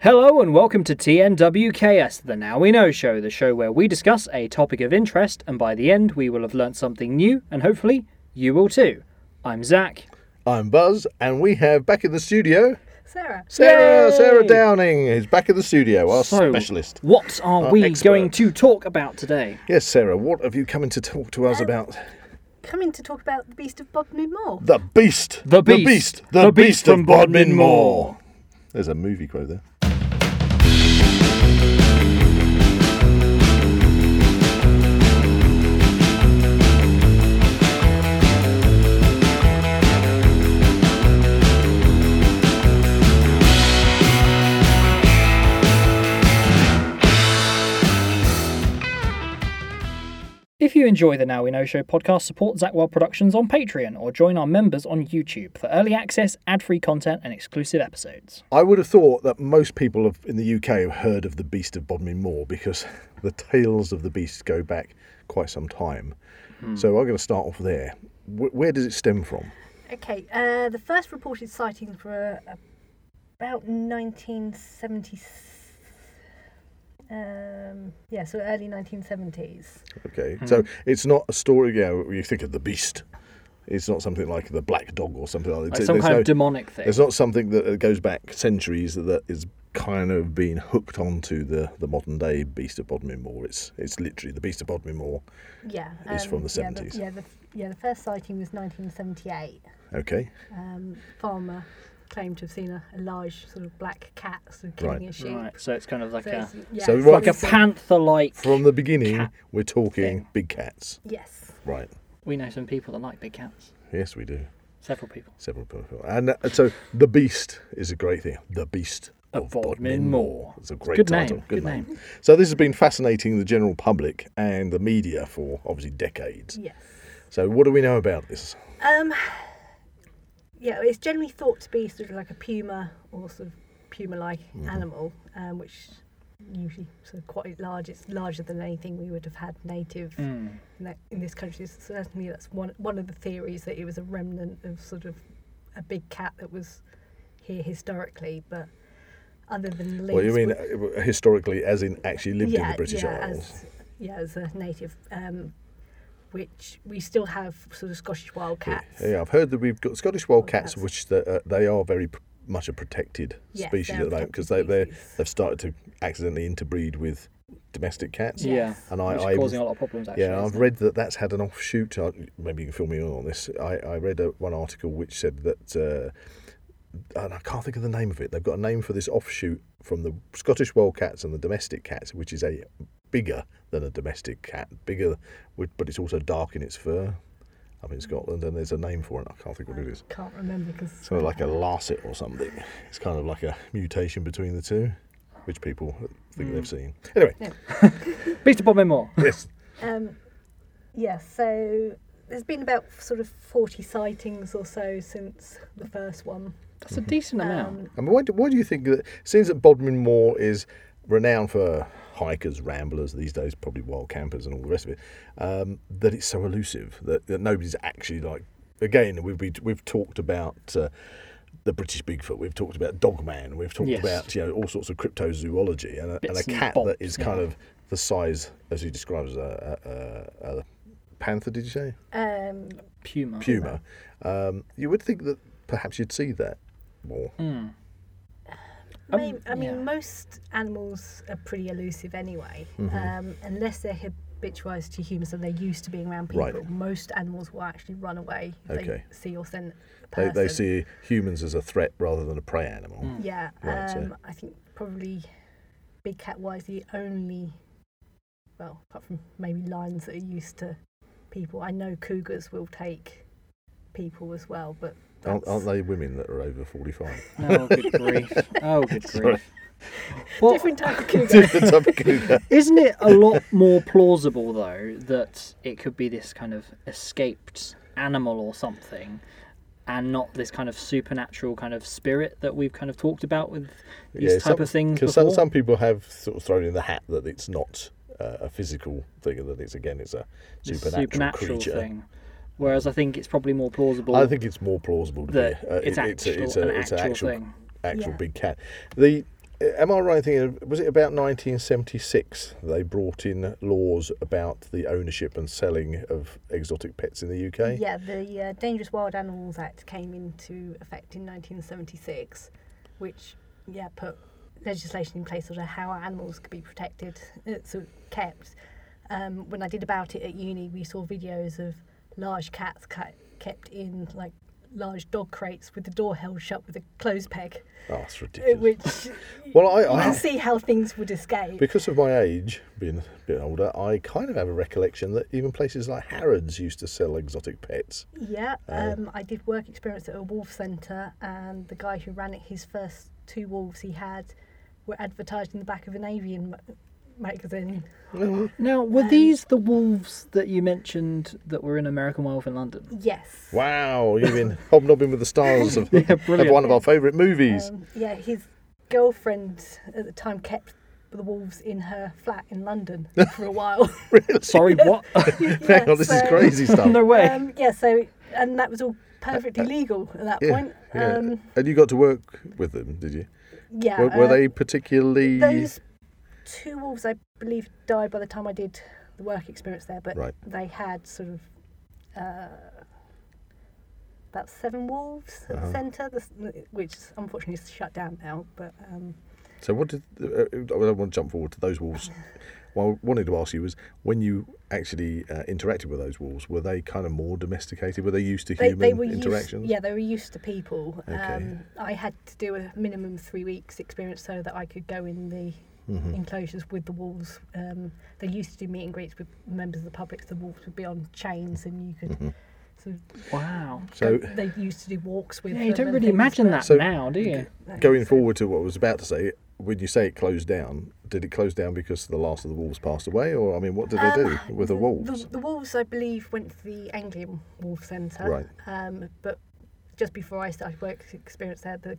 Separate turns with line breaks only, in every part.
Hello and welcome to TNWKS, the Now We Know show, the show where we discuss a topic of interest, and by the end, we will have learnt something new, and hopefully, you will too. I'm Zach.
I'm Buzz, and we have back in the studio
Sarah.
Sarah.
Yay!
Sarah Downing is back in the studio, our specialist.
What are
Our
we
expert.
going to talk about today?
Yes, Sarah, what have you come in to talk to us about?
Coming to talk about the Beast of Bodmin Moor.
The Beast.
The Beast.
The Beast. The,
The
beast,
Beast from
from
Bodmin
Bodmin
Moor.
Moor. There's a movie quote there.
If you enjoy the Now We Know Show podcast, support Zackwell Productions on Patreon or join our members on YouTube for early access, ad free content, and exclusive episodes.
I would have thought that most people have, in the UK have heard of the Beast of Bodmin Moor because the tales of the beast go back quite some time. So I'm going to start off there. Wh- where does it stem from?
Okay, uh, the first reported sightings were about 1970. Um, yeah, so early 1970s.
Okay,
Hmm.
so it's not a story. You know, you think of the beast. It's not something like the black dog or something like that.
Like some
There's
kind
no-
of demonic thing.
It's not something that uh, goes back centuries that is kind of being hooked onto the, the modern day Beast of Bodmin Moor. It's it's literally the Beast of Bodmin Moor.
Yeah. um,
It's from the
yeah,
70s.
Yeah, the, yeah, the first sighting was 1978.
Okay,
Um, farmer claimed to have seen a, a large sort of black cat sort of killing
Right.
a sheep.
Right, so it's kind of like
So
a,
it's- yeah,
So
it's
right-
like a
So-
panther like.
from the beginning,
Cat
we're talking
thing.
big cats,
Yes.
right?
We know some people that like big cats.
Yes, we do.
Several people.
Several people, and uh, so the Beast is a great thing. The Beast
Of
of,
Bodmin
Bodmin
Moor.
Moor. It's a great
Good
title.
name,
Good,
good
name. So this has been fascinating the general public and the media for obviously decades.
Yes.
So what do we know about this?
Um, yeah, it's generally thought to be sort of like a puma or sort of puma-like
Mm-hmm.
animal, um, which usually sort of quite large. It's larger than anything we would have had native
Mm. Hmm.
in, that, in this country. So certainly, that's one one of the theories that it was a remnant of sort of a big cat that was here historically, but. Other than lynx,
Well, you mean
we-
uh, historically, as in actually lived in the British
yeah,
Isles?
As, yeah, as a native, um, which we still have sort of Scottish wild cats.
Yeah, I've heard that we've got Scottish wildcats,
Wildcats.
which the, uh, they are very p- much a protected
Yes,
species
they're
at
a
the moment because they
protected
they
species.
they've started to accidentally interbreed with domestic cats.
Yeah.
Yeah.
Yes.
And I,
Which is
I
causing a lot of problems, actually.
yeah, I've
isn't it?
read that that's had an offshoot. I, maybe you can fill me in on this. I, I read a, one article which said that, uh, and I can't think of the name of it. They've got a name for this offshoot from the Scottish wildcats and the domestic cats, which is a bigger than a domestic cat, bigger, with, but it's also dark in its fur. I'm in Scotland, and there's a name for it. I can't think what it is.
Can't remember because
Something like a Larset or something. It's kind of like a mutation between the two, which people think they've seen. Anyway,
Beast of Bodmin Moor.
yes.
Um, yeah, so there's been about sort of 40 sightings or so since the first one.
That's a decent
Oh,
amount.
Um,
I mean, why do, why do you think that? Seems that Bodmin Moor is renowned for hikers, ramblers these days, probably wild campers and all the rest of it. Um, that it's so elusive that, that nobody's actually like. Again, we've we, we've talked about. Uh, the British Bigfoot. We've talked about Dogman. We've talked
Yes.
about you know all sorts of cryptozoology and a, and a
Bits and
cat
bobs,
that is kind
yeah.
of the size as you described as a, a, a, a panther. Did you say?
Um,
Puma.
puma, um, you would think that perhaps you'd see that more. Oh,
Um,
may- I mean,
yeah.
most animals are pretty elusive anyway,
Mm-hmm.
um, unless they're habituated to humans and they're used to being around people.
Right.
Most animals will actually run away if
Okay.
they see or scent a
They,
person.
they see humans as a threat rather than a prey animal.
Mm,
Yeah,
Right, so-
um, I think probably big cat wise the only, well, apart from maybe lions that are used to people. I know cougars will take people as well, but
Aren't, aren't
that's
they women that are over 45?
Oh, good grief. Oh, good
Sorry.
grief. Well,
different type of cougar.
Different type of cougar.
isn't it a lot more plausible, though, that it could be this kind of escaped animal or something? And not this kind of supernatural kind of spirit that we've kind of talked about with these
Yeah,
type of things before.
Because some, some people have sort of thrown in the hat that it's not uh, a physical thing, and that it's again it's a
this
supernatural,
supernatural
creature.
thing. Whereas I think it's probably more plausible.
I think it's more plausible to be
that
uh,
it's
it- it's, a,
actual-
it's, a,
an
it's an
actual
actual
thing.
actual
Yeah.
big cat. The uh, am I right in thinking, was it about 1976 they brought in laws about the ownership and selling of exotic pets in the UK?
Yeah, the uh, Dangerous Wild Animals Act came into effect in 1976, which yeah put legislation in place on how our animals could be protected, uh, sort of kept. Um, when I did about it at uni, we saw videos of large cats ca- kept in like large dog crates with the door held shut with a clothes peg,
Oh, that's
uh,
ridiculous.
which
well, I,
you
I
can see how things would escape.
because of my age, being a bit older, I kind of have a recollection that even places like Harrods used to sell exotic pets.
Yeah,
Uh,
um, I did work experience at a wolf centre, and the guy who ran it, his first two wolves he had were advertised in the back of an avian ma- magazine. Mm-hmm.
Now, were these the wolves that you mentioned that were in American Wolf in London?
Yes.
Wow, you've been hobnobbing with the stars of, of
brilliant.
one of our favourite movies.
Um, yeah, his girlfriend at the time kept the wolves in her flat in London for a while.
Sorry, what?
Hang on, this is
so-
crazy stuff.
no way.
Um, yeah, so, and that was all perfectly legal at that
Uh, Yeah,
point.
yeah.
Um,
and you got to work with them, did you?
yeah.
Were, were
uh,
they particularly
those two wolves, I believe, died by the time I did the work experience there. But
Right.
they had sort of uh, about seven wolves at
Uh-huh.
the centre, the s- which unfortunately is shut down now. But um,
So what did uh, I don't want to jump forward to those wolves. what I wanted to ask you was when you actually uh, interacted with those wolves, were they kind of more domesticated? Were they used to
they,
human
they were used.
interactions?
Yeah, they were used to people.
Okay.
Um, I had to do a minimum three weeks experience so that I could go in the.
Mm-hmm. Hmm.
Enclosures with the wolves. Um, they used to do meet and greets with members of the public. so The wolves would be on chains, and you could
Mm-hmm.
sort of
Wow.
So
they used to do walks with.
Yeah, you
them
don't
and
really
things,
imagine
but-
that
So-
now, do you?
No,
going
so-
forward to what I was about to say, when you say it closed down, did it close down because the last of the wolves passed away, or I mean, what did they
Um,
do with the wolves?
The, the wolves, I believe, went to the Anglian Wolf Centre.
Right.
Um, but just before I started work experience there, the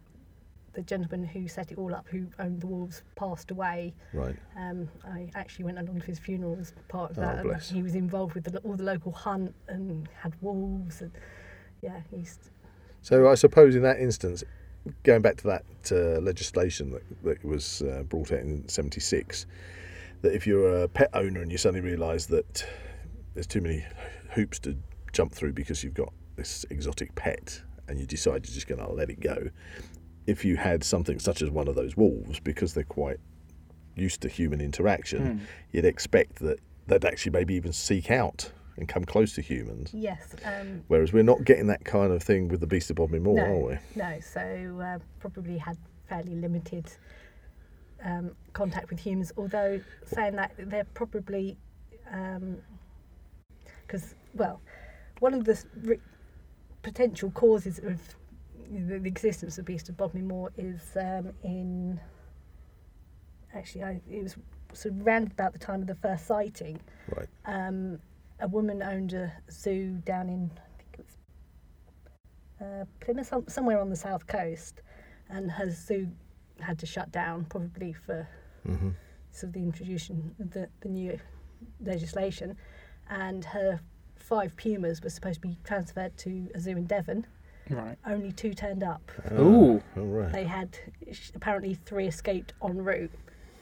the gentleman who set it all up, who owned the wolves, passed away.
Right.
Um, I actually went along to his funeral as part of
Oh,
that, and
bless.
he was involved with the, lo- all the local hunt and had wolves and yeah, he's
So I suppose in that instance, going back to that uh, legislation that, that was uh, brought out in '76, that if you're a pet owner and you suddenly realise that there's too many hoops to jump through because you've got this exotic pet and you decide you're just going to let it go, if you had something such as one of those wolves, because they're quite used to human interaction, you'd expect that they'd actually maybe even seek out and come close to humans.
yes. Um,
Whereas we're not getting that kind of thing with the Beast of Bodmin Moor,
no,
are we?
No, so uh, probably had fairly limited um, contact with humans. Although saying that, they're probably because well, one of the s- re- potential causes of the, the existence of Beast of Bodmin Moor is um, in actually I, it was sort of round about the time of the first sighting
Right.
um, a woman owned a zoo down in I think it was uh, Plymouth, some, somewhere on the south coast, and her zoo had to shut down probably for
Mm-hmm.
hmm
sort of the introduction of the, the new legislation, and her five pumas were supposed to be transferred to a zoo in Devon.
Right.
Only two turned up.
Uh,
Ooh.
All right.
They had sh- apparently three escaped en route,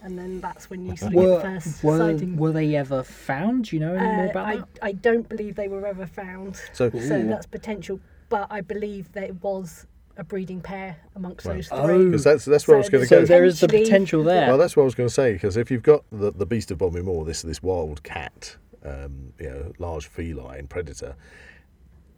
and then that's when you sort of get
Were,
the first
were,
sighting.
were they ever found? Do you know any more
Uh,
about
I,
that?
I don't believe they were ever found.
So,
So
Ooh.
that's potential, but I believe that it was a breeding pair amongst
Right.
those three.
Oh.
because that's that's where I was
So
going to
So
go.
there is the
potentially- Uh,
potential there.
Well, that's what I was going to say. Because if you've got the, the Beast of Bodmin Moor, this this wild cat, um, you know, large feline predator.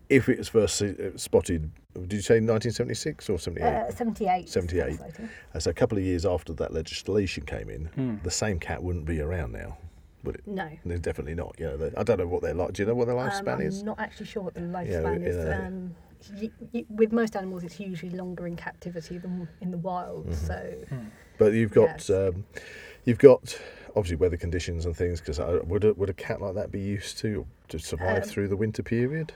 If it was first se- uh, spotted, did you say 1976 or 78?
Uh, 78.
78.
I think.
Uh, so a couple of years after that legislation came in, the same cat wouldn't be around now, would it?
No.
They're definitely not. You know, they- I don't know what they're like. Do you know what their
Um,
lifespan
I'm
is?
not actually sure what the
Yeah,
lifespan
you
is.
know.
Um, y y with most animals, it's usually longer in captivity than in the wild.
Mm-hmm.
So,
Hmm.
But you've got
Yes.
um, you've got obviously weather conditions and things. Because would a, would a cat like that be used to to survive
Um,
through the winter period?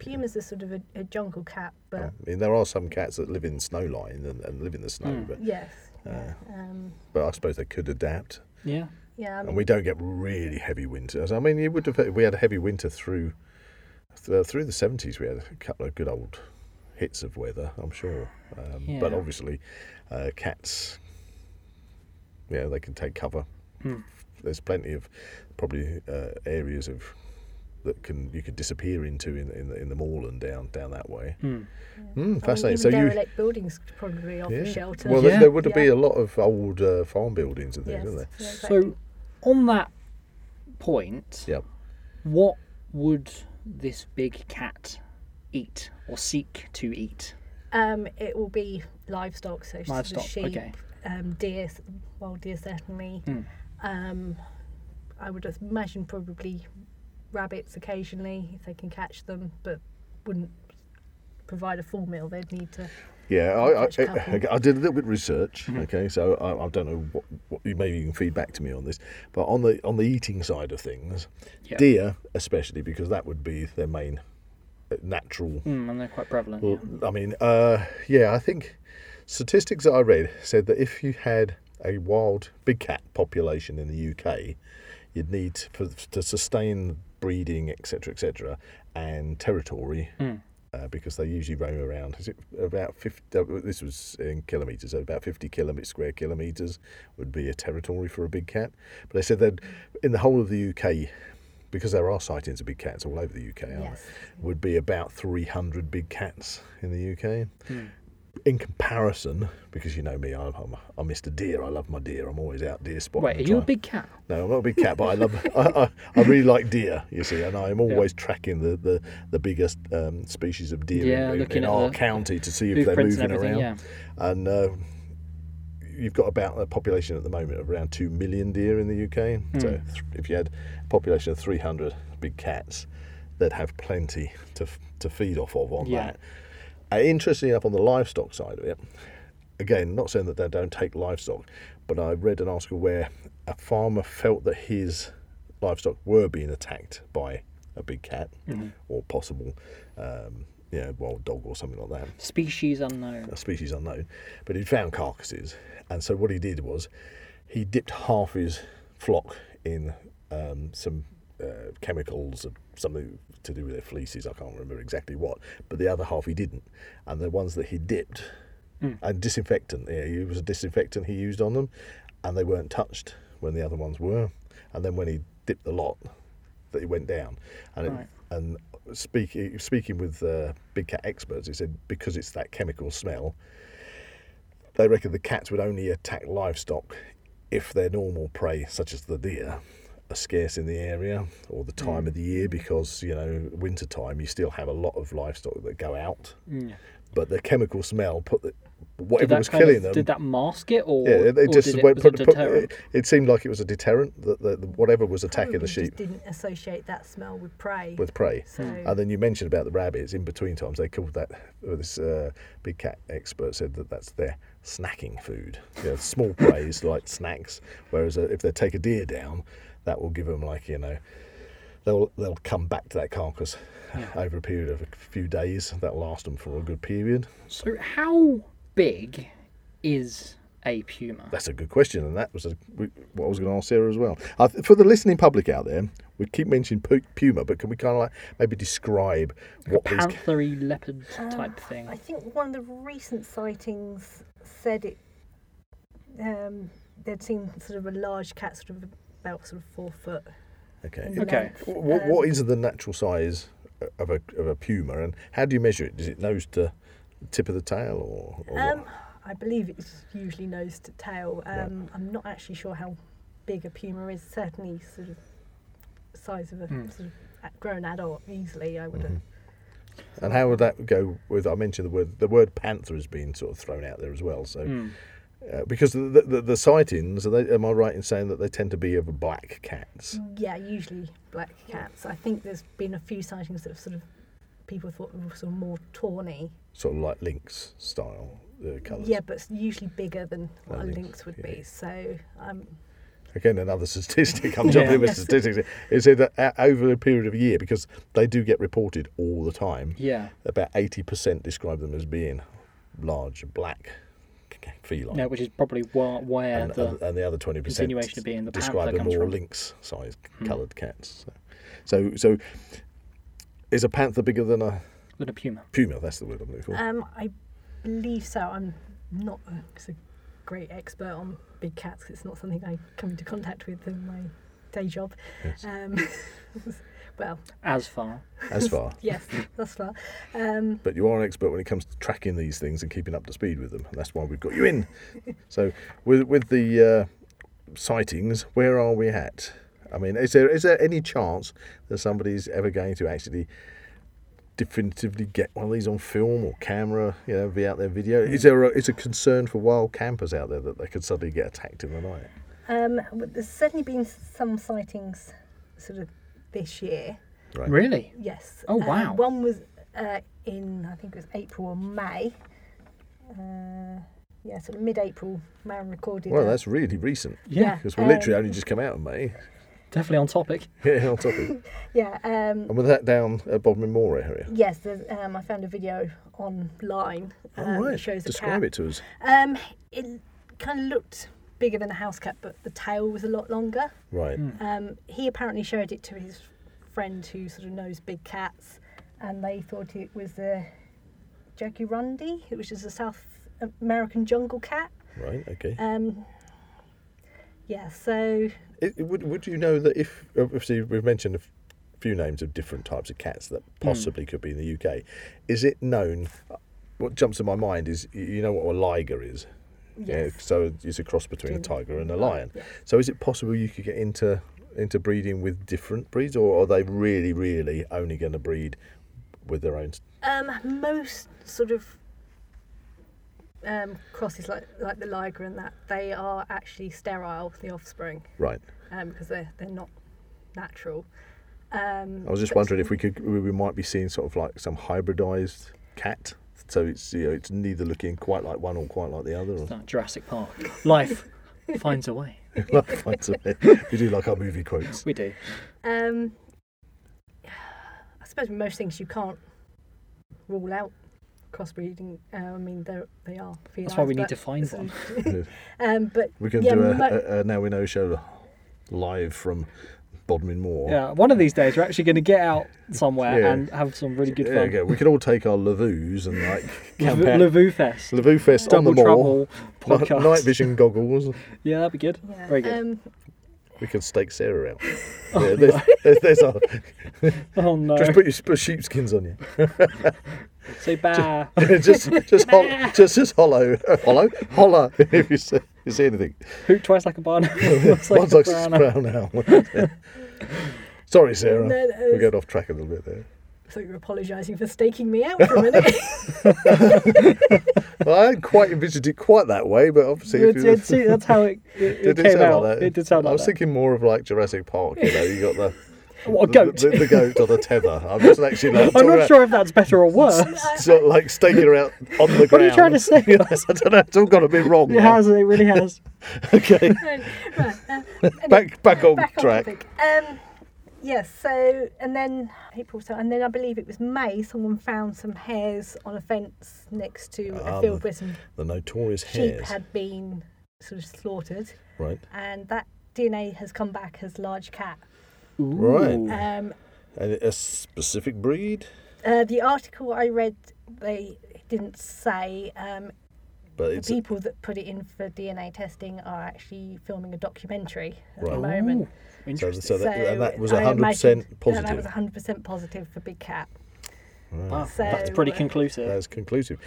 pumas are sort of a, a jungle cat, but
I mean, there are some cats that live in snow line and, and live in the snow,
Mm.
but
yes.
uh,
Um,
but I suppose they could adapt.
yeah.
yeah.
and we don't get really heavy winters. I mean, you would have we had a heavy winter through th- through the seventies. We had a couple of good old hits of weather, I'm sure. Um, But
Yeah.
obviously, uh, cats you know, they can take cover.
Hmm.
There's plenty of probably uh, areas of that can you could disappear into in in the, in the moorland down down that way.
Hmm.
Mm,
I mean, even
fascinating. so you
derelict buildings could probably offer
yeah.
shelter.
Well,
Yeah.
there, there would be
Yeah.
a lot of old uh, farm buildings and things,
Yes.
isn't there?
Yeah,
So,
exactly.
on that point,
Yep.
what would this big cat eat or seek to eat?
um, it will be livestock, so
Livestock,
sheep,
okay.
um, deer, wild deer certainly.
Mm.
Um, I would imagine probably rabbits occasionally if they can catch them, but wouldn't provide a full meal. They'd need to.
Yeah, I, I,
Catch a couple.
okay, I did a little bit of research. Okay, so I, I don't know what, what you maybe you can feed back to me on this, but on the on the eating side of things,
Yeah.
deer especially because that would be their main uh, natural.
Mm, and they're quite prevalent.
Well, I mean, uh, yeah, I think statistics that I read said that if you had a wild big cat population in the UK, you'd need to, for, to sustain breeding, etc., etc., and territory. Uh, because they usually roam around. Is it about fifty? uh, This was in kilometres, so about fifty kilometre square kilometres would be a territory for a big cat. But they said that in the whole of the UK, because there are sightings of big cats all over the UK, aren't
Yes.
there, would be about three hundred big cats in the UK. In comparison, because you know me, I'm, I'm, I'm Mr. Deer. I love my deer. I'm always out deer spotting.
Wait, are
and
you a
trying-
big cat?
no, I'm not a big cat, but I love. I, I, I really like deer. You see, and I'm always tracking the the, the biggest um, species of deer
Yeah,
in, in,
looking
in
at
our
the
county to see if they're
Blueprints
moving
and everything,
around.
yeah.
And uh, you've got about a population at the moment of around two million deer in the UK. So th- if you had a population of 300 big cats, they'd have plenty to f- to feed off of on
Yeah.
that. Uh, interestingly enough, on the livestock side of it, again, not saying that they don't take livestock, but I read an article where a farmer felt that his livestock were being attacked by a big cat or possible, um, you know, wild dog or something like that
Species unknown.
a species unknown, but he'd found carcasses. And so what he did was he dipped half his flock in um, some uh, chemicals, or something to do with their fleeces, I can't remember exactly what, but the other half he didn't. And the ones that he dipped, and disinfectant, yeah, it was a disinfectant he used on them, and they weren't touched when the other ones were. And then when he dipped the lot, that it went down. And
Right.
it, and speaking speaking with uh, big cat experts, it said because it's that chemical smell, they reckon the cats would only attack livestock if their normal prey, such as the deer, are scarce in the area or the
Mm.
time of the year because you know winter time you still have a lot of livestock that go out.
Mm.
But the chemical smell put the,
Did
whatever
that
was
kind
killing
of-
them.
Did that mask it, or,
yeah, they
or
just
did it,
went-
was
put-
it
put-
deterrent?
it, it seemed like it was a deterrent that the, the, whatever was attacking the
Probably
sheep
Just didn't associate that smell with prey.
with prey.
so
Hmm.
And then you mentioned about the rabbits in between times. They called that well, this uh, big cat expert said that that's their snacking food. You know, small preys like snacks. Whereas uh, if they take a deer down, that will give them like you know, they'll they'll come back to that carcass over a period of a few days. That'll last them for a good period.
So, how big is a puma?
That's a good question, and that was a, what I was going to ask Sarah as well. I th- for the listening public out there, we keep mentioning pu- puma, but can we kind of like maybe describe what these?
Panthery leopard type thing.
Uh, Um, I think one of the recent sightings said it. Um, they'd seen sort of a large cat, sort of about sort of four foot.
Okay,
in
Okay.
length.
What,
Um,
what is the natural size uh, of a, of a puma, and how do you measure it? Is it nose to tip of the tail, or, or
Um,
what?
I believe it's usually nose to tail. Um, I'm not actually sure how big a puma is. Certainly, sort of size of a
Hmm.
sort of a- grown adult easily. I would. have
Mm-hmm. and how would that go with? I mentioned the word the word panther has been sort of thrown out there as well. So, uh, because the the, the, the sightings, are they, am I right in saying that they tend to be of black cats?
Yeah, usually black cats. I think there's been a few sightings that have sort of people thought were sort of more tawny.
sort of like lynx style uh, colours.
Yeah, but it's usually bigger than what a
lynx,
lynx would be. So um,
Again, another statistic. I'm
Yeah.
jumping with
Yes.
statistics. It said that uh, over a period of a year, because they do get reported all the time.
Yeah.
About eighty percent describe them as being large black c- c- feline.
No, which is probably where, where
and,
the
and, and the other twenty percent
continuation of being the
describe
panther
them
comes
more
from. Hmm.
lynx-sized coloured cats. So, so, so, is a panther bigger than a
than a puma. Uh,
puma? That's the word I'm looking for.
um, I believe so. I'm not a, 'cause a great expert on big cats. 'cause It's not something I come into contact with in my day job.
Yes.
Um, well,
As far.
as far.
yes, thus far. Um,
But you are an expert when it comes to tracking these things and keeping up to speed with them, and that's why we've got you in. so, with with the uh, sightings, where are we at? I mean, is there is there any chance that somebody's ever going to actually definitively get one of these on film or camera? You know, be out there video.
Hmm.
Is there a, is a concern for wild campers out there that they could suddenly get attacked in the night?
um, but there's certainly been some sightings sort of this year.
Right.
Really?
Yes.
Oh,
Um,
wow.
one was uh, in I think it was April or May. Uh, yeah, sort of mid-April. Man recorded.
Well,
a-
that's really recent
Yeah.
because we
Um,
literally only just come out in May.
Definitely on topic.
Yeah, on top of
yeah. Um,
and with that down at Bodmin Moor area.
Yes, there's, um, I found a video online
All
um,
Oh, right,
that shows a
describe
cat.
it to us.
Um, it kind of looked bigger than a house cat, but the tail was a lot longer.
Right.
Um, he apparently showed it to his friend who sort of knows big cats, and they thought it was a jaguarundi, which is a South American jungle cat.
Right. Okay.
Um, yeah, so
It, it- would Would you know that if obviously we've mentioned a f- few names of different types of cats that
Mm.
possibly could be in the UK, is it known? uh, What jumps to my mind is y- you know what a liger is.
Yes. uh,
Yeah. So it's a cross between a tiger and a lion.
yeah.
So is it possible you could get into into breeding with different breeds, or are they really, really only going to breed with their own? s-
Um, most sort of um, crosses like like the liger and that they are actually sterile the offspring
Right.
um, because they're they're not natural. Um,
I was just
but-
wondering if we could we we might be seeing sort of like some hybridized cat. So it's you know it's neither looking quite like one or quite like the other. or-
It's like Jurassic Park. Life finds a way.
we do like our movie quotes.
We do.
Um, I suppose most things you can't rule out crossbreeding. Uh, I mean, they they are.
That's why we
felines,
need
but-
to find one.
Um, but
We're going to
Yeah,
do a,
mo-
a, a Now We Know show live from Bodmin Moor.
Yeah, one of these days we're actually going to get out somewhere
Yeah.
and have some really good
There
fun.
you go. We could all take our Lavoos and like camp out.
Lev- Levu Fest.
Lavoo Fest on the
Double
moor.
Trouble
Ni-
podcast.
Night vision goggles.
Yeah, that'd be good.
yeah,
Very good.
Um,
We can stake Sarah out. Yeah, there's, there's, there's our,
oh no.
just put your put sheepskins on you.
Say bah.
just just hol- just just hollow hollow holler if you see, you see anything.
Hoot twice like a barn. Once like
One's
a
like
brown.
brown owl. Sorry, Sarah.
No, no,
we got off track a little bit there.
so you're apologising for staking me out for a minute.
Well, I hadn't quite envisioned it quite that way, but obviously, if
It's-
you
it's- it- That's how it, it, it
did it
came
sound
out.
like that?
It did sound
I
like
was
that.
thinking more of like Jurassic Park. You know, you got the
What, a
the-
goat?
the, the goat on the tether. I wasn't actually. Like,
I'm
talking
not
about-
sure if that's better or worse.
Sort of like staking her out on the ground.
What are you trying to say?
Yes, I don't know. It's all got a bit wrong.
It has, it really has.
Okay,
right, uh,
back back on
back
track.
on topic. Um, yes. so and then April, so and then I believe it was May. Someone found some hairs on a fence next to
Ah,
a field
the
where some
the notorious
sheep
hares,
had been sort of slaughtered,
right?
and that DNA has come back as large cat.
Right.
Ooh.
Um,
And a specific breed,
uh, the article I read, they didn't say. Um,
but
the
it's
people that put it in for DNA testing are actually filming a documentary at
Right.
the moment.
Ooh,
so,
Interesting.
so that, and that was
I
hundred
imagine-
percent
Yeah, that was
positive.
100% positive for Big Cat.
Wow,
so-
that's pretty conclusive.
That's conclusive.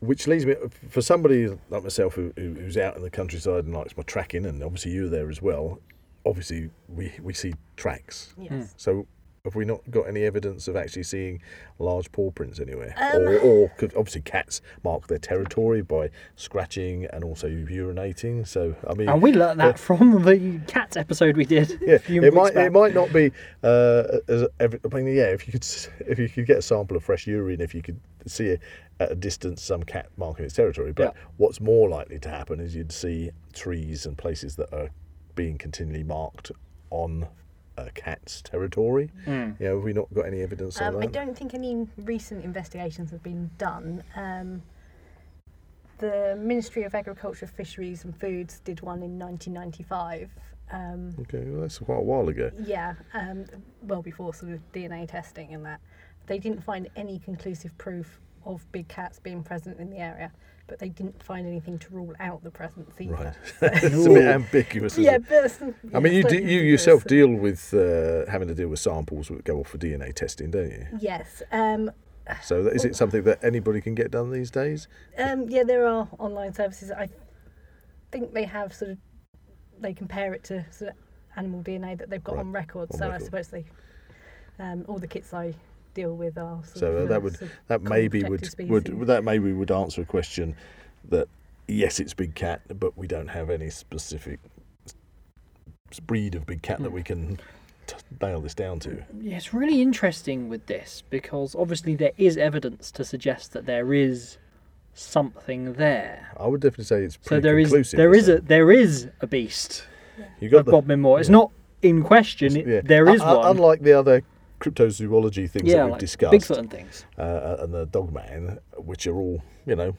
Which leads me for somebody like myself who, who- who's out in the countryside and likes my tracking, and obviously you're there as well. Obviously, we we see tracks.
Yes.
So have we not got any evidence of actually seeing large paw prints anywhere?
Um,
or, or could obviously cats mark their territory by scratching and also urinating? So I mean,
And we learnt that from the cat episode we did.
yeah,
a few
it
weeks
might
back.
it might not be uh, as ev I mean, yeah, if you could s- if you could get a sample of fresh urine, if you could see it at a distance some cat marking its territory. But
Yeah.
what's more likely to happen is you'd see trees and places that are being continually marked on a cat's territory.
Hmm.
Yeah, have we not got any evidence
Um,
on
I
that?
don't think any recent investigations have been done. Um, the Ministry of Agriculture, Fisheries and Foods did one in 1995. Um,
Okay, well, that's quite a while ago.
yeah, um, well before sort of DNA testing and that. They didn't find any conclusive proof of big cats being present in the area, but they didn't find anything to rule out the presence either.
Right. it's a bit
Ooh.
ambiguous, isn't
Yeah,
it?
but that's- yeah,
I mean, you,
so
do, you
ambiguous.
yourself deal with uh, having to deal with samples that go off for DNA testing, don't you?
Yes. Um,
So that, is it something that anybody can get done these days?
um, yeah, there are online services. I think they have sort of they compare it to sort of animal DNA that they've got
Right,
on record.
on
so
record.
I suppose they um, all the kits I deal with are sort
So
of,
uh,
uh,
that would
sort of
that
common
maybe would,
protected
would
species.
that maybe would answer a question that yes, it's big cat, but we don't have any specific s- breed of big cat that we
Hmm.
can t- nail this down to.
Yeah, it's really interesting with this because obviously there is evidence to suggest that there is something there.
I would definitely say it's
So
pretty
there is
conclusive.
there is
so
a there is a beast
you
of
got the,
Bodmin Moor. It's not in question. it-
yeah.
There is
Un- un-
one.
Unlike the other cryptozoology things
yeah,
that we've
like
discussed,
Bigfoot and things.
uh, and the Dogman, which are all, you know,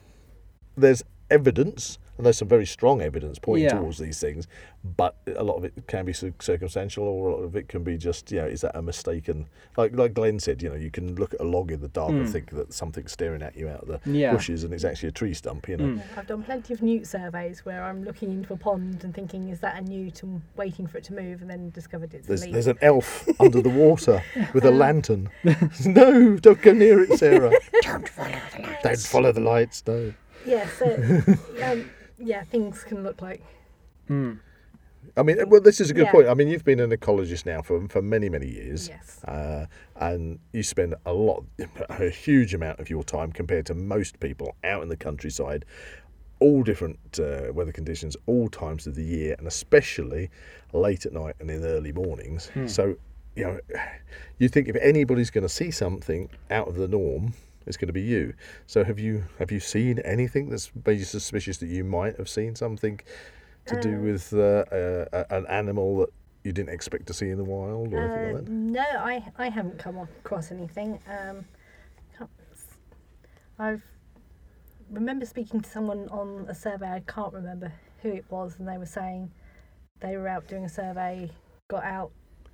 there's evidence, and there's some very strong evidence pointing
Yeah.
towards these things, but a lot of it can be cir- circumstantial, or a lot of it can be just, you know, is that a mistaken? Like like Glenn said, you know, you can look at a log in the dark and think that something's staring at you out of the
Hmm. Yeah.
bushes, and it's actually a tree stump, you know.
Mm.
I've done plenty of newt surveys where I'm looking into a pond and thinking, is that a newt, and waiting for it to move, and then discovered it's
There's,
a leaf.
there's an elf under the water with a lantern. no, don't go near it, Sarah.
Don't follow the light.
don't follow the lights. No.
Yeah, so um, yeah, things can look like
Mm.
I mean, well, this is a good
Yeah.
point. I mean, you've been an ecologist now for, for many, many years.
yes.
Uh, and you spend a lot, a huge amount of your time compared to most people out in the countryside, all different uh, weather conditions, all times of the year, and especially late at night and in the early mornings. So, you know, you think if anybody's going to see something out of the norm, it's going to be you. So, have you have you seen anything that's made you suspicious that you might have seen something to do with uh, uh, an animal that you didn't expect to see in the wild or anything
Uh,
like that?
no, I I haven't come across anything. Um, can't- I've remember speaking to someone on a survey. I can't remember who it was, and they were saying they were out doing a survey, got out,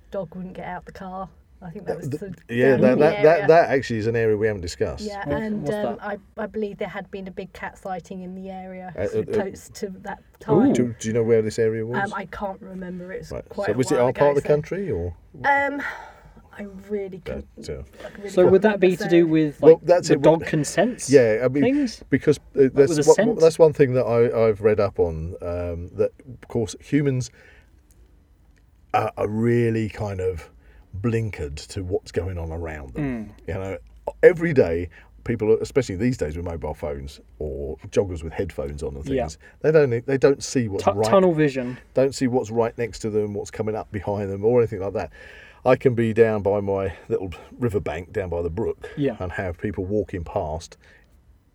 dog wouldn't get out the car. I think that was
Th-
sort of
yeah,
down
that,
in the
that, that,
area.
that actually is an area we haven't discussed.
Yeah,
What's-
and
what's
um,
that?
I, I believe there had been a big cat sighting in the area
Uh,
so
uh, uh,
close to that
Ooh.
time.
Do, do you know where this area was?
Um, I can't remember. It's
right.
quite.
so
a
was it
while
our
ago,
part of the
so-
country or?
Um, I really couldn't.
But, uh,
I really
So
can't
would that be
remember,
to
so-
do with like
Well, that's
the
it.
dog consents?
yeah, I mean,
things.
because uh, that's
with a
what-
scent?
that's one thing that I, I've read up on. Um, that of course humans are, are really kind of blinkered to what's going on around them. You know, every day people, especially these days with mobile phones or joggers with headphones on and
Yeah.
things, they don't they don't see what's
Tu-
right.
Tunnel vision.
don't see what's right next to them, what's coming up behind them, or anything like that. I can be down by my little riverbank down by the brook
Yeah.
and have people walking past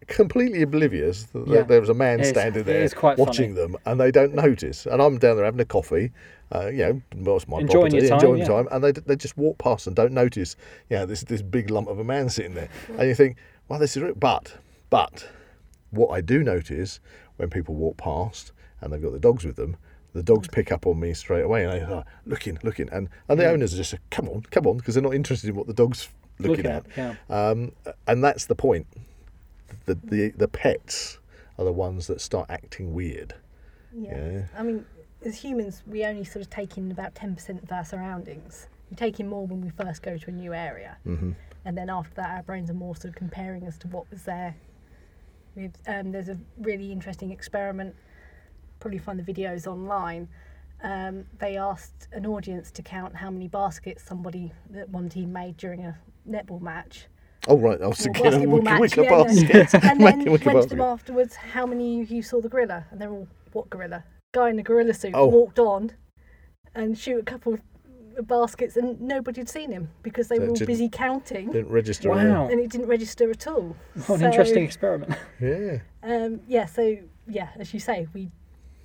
completely oblivious that
Yeah.
there was a man
It is-
standing
it
there
is quite
watching them and they don't notice. And I'm down there having a coffee, uh, you know, most my
Enjoying
property,
your time,
enjoying
yeah.
time, Um, and they, they just walk past and don't notice, you know, this, this big lump of a man sitting there. And you think, well, this is it. But, but, what I do notice when people walk past and they've got the dogs with them, the
Mm.
dogs pick up on me straight away and they are looking, looking, and, and the owners are just like, come on, come on, because they're not interested in what the dog's looking,
Looking
at.
at, yeah.
Um, and that's the point. The, the the pets are the ones that start acting weird.
Yeah.
Yeah.
I mean, as humans, we only sort of take in about 10% of our surroundings. We take in more when we first go to a new area. Mm-hmm. And then after that, our brains are more sort of comparing as to what was there. We've, um, there's a really interesting experiment, probably find the videos online. Um, they asked an audience to count how many baskets somebody that one team made during a netball match.
Oh right, I was
Or
thinking of
basketball
Wicca
match.
Wicca
yeah, no.
baskets.
And
Make a
then went
Wicca
to
basket.
them afterwards, how many of you saw the gorilla? And they're all, what gorilla? Guy in a gorilla suit
Oh.
walked on and shoot a couple of baskets and nobody had seen him because they
So
were
it
all
didn't-
busy counting
Didn't register.
Wow.
and it didn't register at all.
What an interesting experiment.
Yeah.
Um, yeah, so, yeah, as you say, we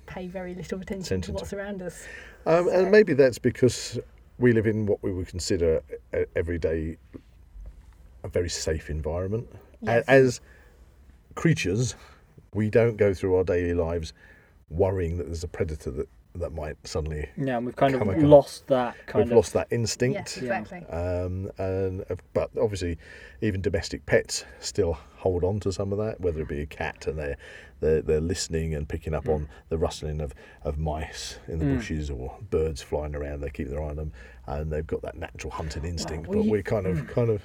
pay very little attention to
Attention to-
what's around us.
Um, and maybe that's because we live in what we would consider a, every day a very safe environment. A-
Yes.
As creatures, we don't go through our daily lives worrying that there's a predator that, that might suddenly.
Yeah, and we've kind of
Come again.
lost that kind
We've
of
lost that
Yes,
instinct.
Yeah.
exactly.
Um, and uh, but obviously, even domestic pets still hold on to some of that, whether it be a cat and they're they're, they're listening and picking
Hmm.
up on the rustling of, of mice in the bushes or birds flying around. They keep their eye on them, and they've got that natural hunting instinct.
well,
but
you- hmm.
we're kind of kind of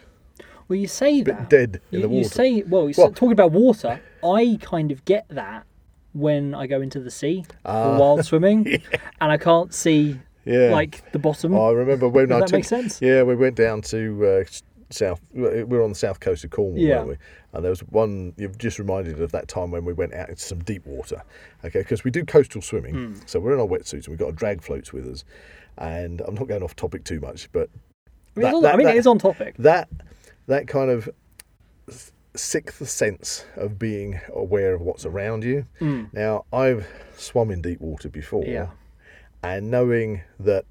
Well, you say
bit
that
dead in
you,
the
you
water.
say well, you
Well-
talking about water. I kind of get that when I go into the sea for wild swimming, and I can't see
Ah. Yeah. Oh,
like the bottom.
I remember when
Hmm. Does
I
that
took,
make sense?
Yeah, we went down to uh, s- south. We were on the south coast of Cornwall,
Yeah.
weren't we? And there was one. You've just reminded of that time when we went out into some deep water. Okay, because we do coastal swimming,
Hmm.
so we're in our wetsuits and we've got our drag floats with us. And I'm not going off topic too much, but
I mean, it's
that-
on, I
that-
mean
that-
it is on topic.
that that kind of s- sixth sense of being aware of what's around you. Now, I've swum in deep water before,
Hmm. Yeah.
and knowing that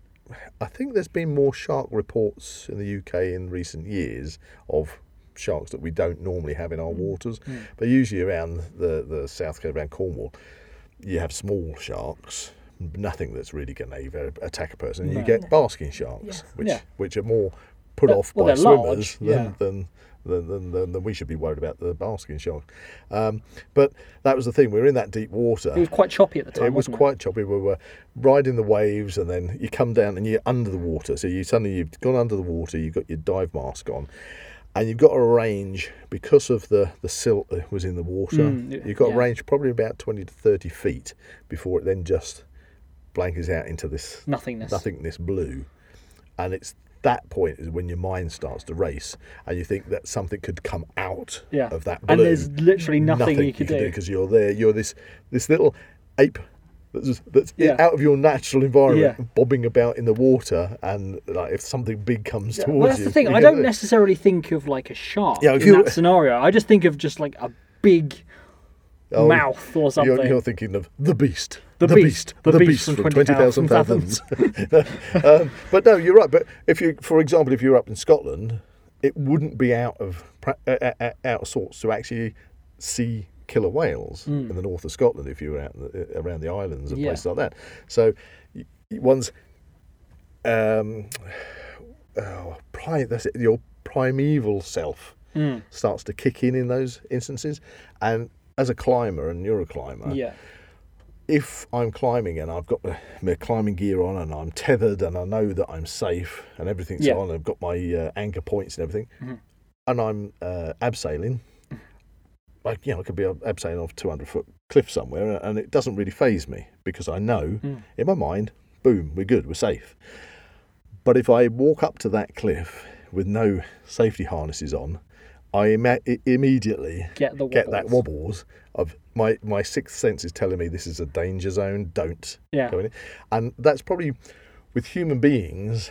I think there's been more shark reports in the UK in recent years of sharks that we don't normally have
Mm.
in our waters, but usually around the, the south coast, around Cornwall, you have small sharks. Nothing that's really going to attack a person. You
No.
get basking sharks,
Yes.
which
Yeah.
which are more put
They're-
off
well,
by
they're large,
swimmers than,
yeah.
than, than, than, than, than we should be worried about the basking shark. Um, but that was the thing. We were in that deep water.
It was quite choppy at the time.
It was
wasn't
quite choppy. We were riding the waves, and then you come down and you're under the water. So you suddenly you've gone under the water. You've got your dive mask on, and you've got to range because of the the silt that was in the water.
Mm, y-
you've got to
yeah.
range probably about twenty to thirty feet before it then just blankets out into this
nothingness.
nothingness blue and it's that point is when your mind starts to race and you think that something could come out
Yeah.
of that blue
and there's literally nothing, you could do.
because you're there you're this this little ape that's, that's
Yeah.
out of your natural environment
Yeah.
bobbing about in the water and like if something big comes towards
Well, that's
you
the thing.
you
I
can
don't
do it.
necessarily think of like a shark
Yeah, if
in
you-
that scenario. I just think of just like a big
Oh,
mouth or something.
You're, you're thinking of the beast,
The Beast,
the,
the
beast,
Beast
from
from
Twenty Thousand
20,000
Fathoms. um, but no, you're right. But if you, for example, if you're up in Scotland, it wouldn't be out of pra- uh, uh, out of sorts to actually see killer whales in the north of Scotland if you were out in the, uh, around the islands and
Yeah.
places like that. So y- y- one's um, oh, pri- that's it, your primeval self starts to kick in in those instances. And as a climber, and you're a climber,
yeah.
if I'm climbing and I've got my, my climbing gear on and I'm tethered and I know that I'm safe and everything's
Yeah. Mm-hmm.
on, I've got my uh, anchor points and everything, and I'm uh, abseiling, like, you know, I could be ab- abseiling off a 200 foot cliff somewhere and it doesn't really phase me because I know
Mm.
in my mind, boom, we're good, we're safe. But if I walk up to that cliff with no safety harnesses on, I ima- i- immediately
Get the
get that
wobbles.
wobbles of my my sixth sense is telling me this is a danger zone. Don't
Yeah.
go in it. And that's probably with human beings.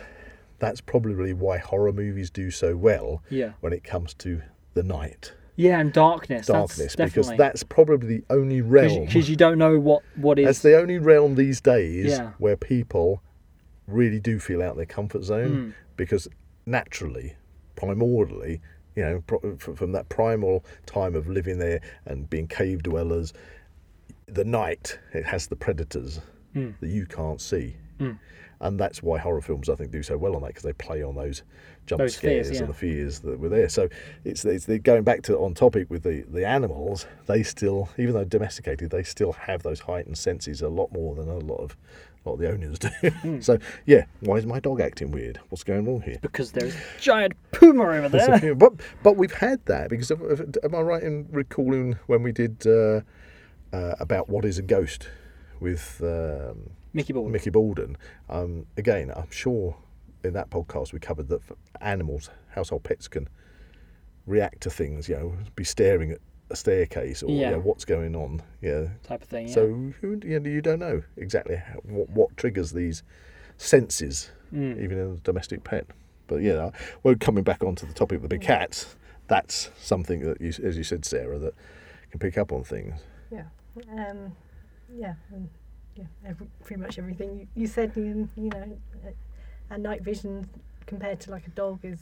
That's probably why horror movies do so well
Yeah.
when it comes to the night
Yeah, and darkness.
darkness
that's definitely.
because that's probably the only realm.
because you don't know what what
That's
is.
the only realm these days
Yeah.
where people really do feel out their comfort
Hmm.
zone because naturally, primordially, you know, pro- f- from that primal time of living there and being cave dwellers, the night it has the predators
Hmm.
that you can't see. And that's why horror films, I think, do so well on that because they play on those jump
Those
scares
fears, yeah.
and the fears that were there. So it's, it's the, going back to on topic with the, the animals. They still, even though domesticated, they still have those heightened senses a lot more than a lot of a lot of the owners do.
Hmm.
so yeah, why is my dog acting weird? What's going wrong here?
because there's a giant puma over
So,
there.
yeah, but but we've had that because of, of- am I right in recalling when we did uh, uh, about what is a ghost with um,
Mickey Ball.
Mickey Baldwin. Um, again, I'm sure in that podcast we covered that f- animals, household pets, can react to things. You know, be staring at a staircase or
Yeah.
you know, what's going on. Yeah.
type of thing. Yeah.
So who, you, know, you don't know exactly how, what, what triggers these senses, even in a domestic pet. But yeah, well, coming back onto the topic of the big cats, that's something that, you, as you said, Sarah, that can pick up on things.
Yeah. Um, yeah. And yeah. Every, pretty much everything you, uh, you said, Ian, you know, a, a night vision compared to like a dog is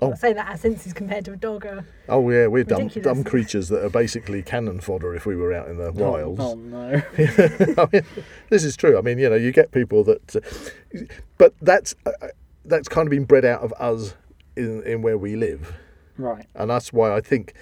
Oh.
I'm saying that as since is compared to a dog. uh, Or,
Oh yeah, we're dumb,
Ridiculous.
dumb creatures that are basically cannon fodder if we were out in the wilds.
Oh, oh no.
I mean, this is true. I mean, you know, you get people that, uh, but that's uh, uh, that's kind of been bred out of us in in where we live,
right.
and that's why I think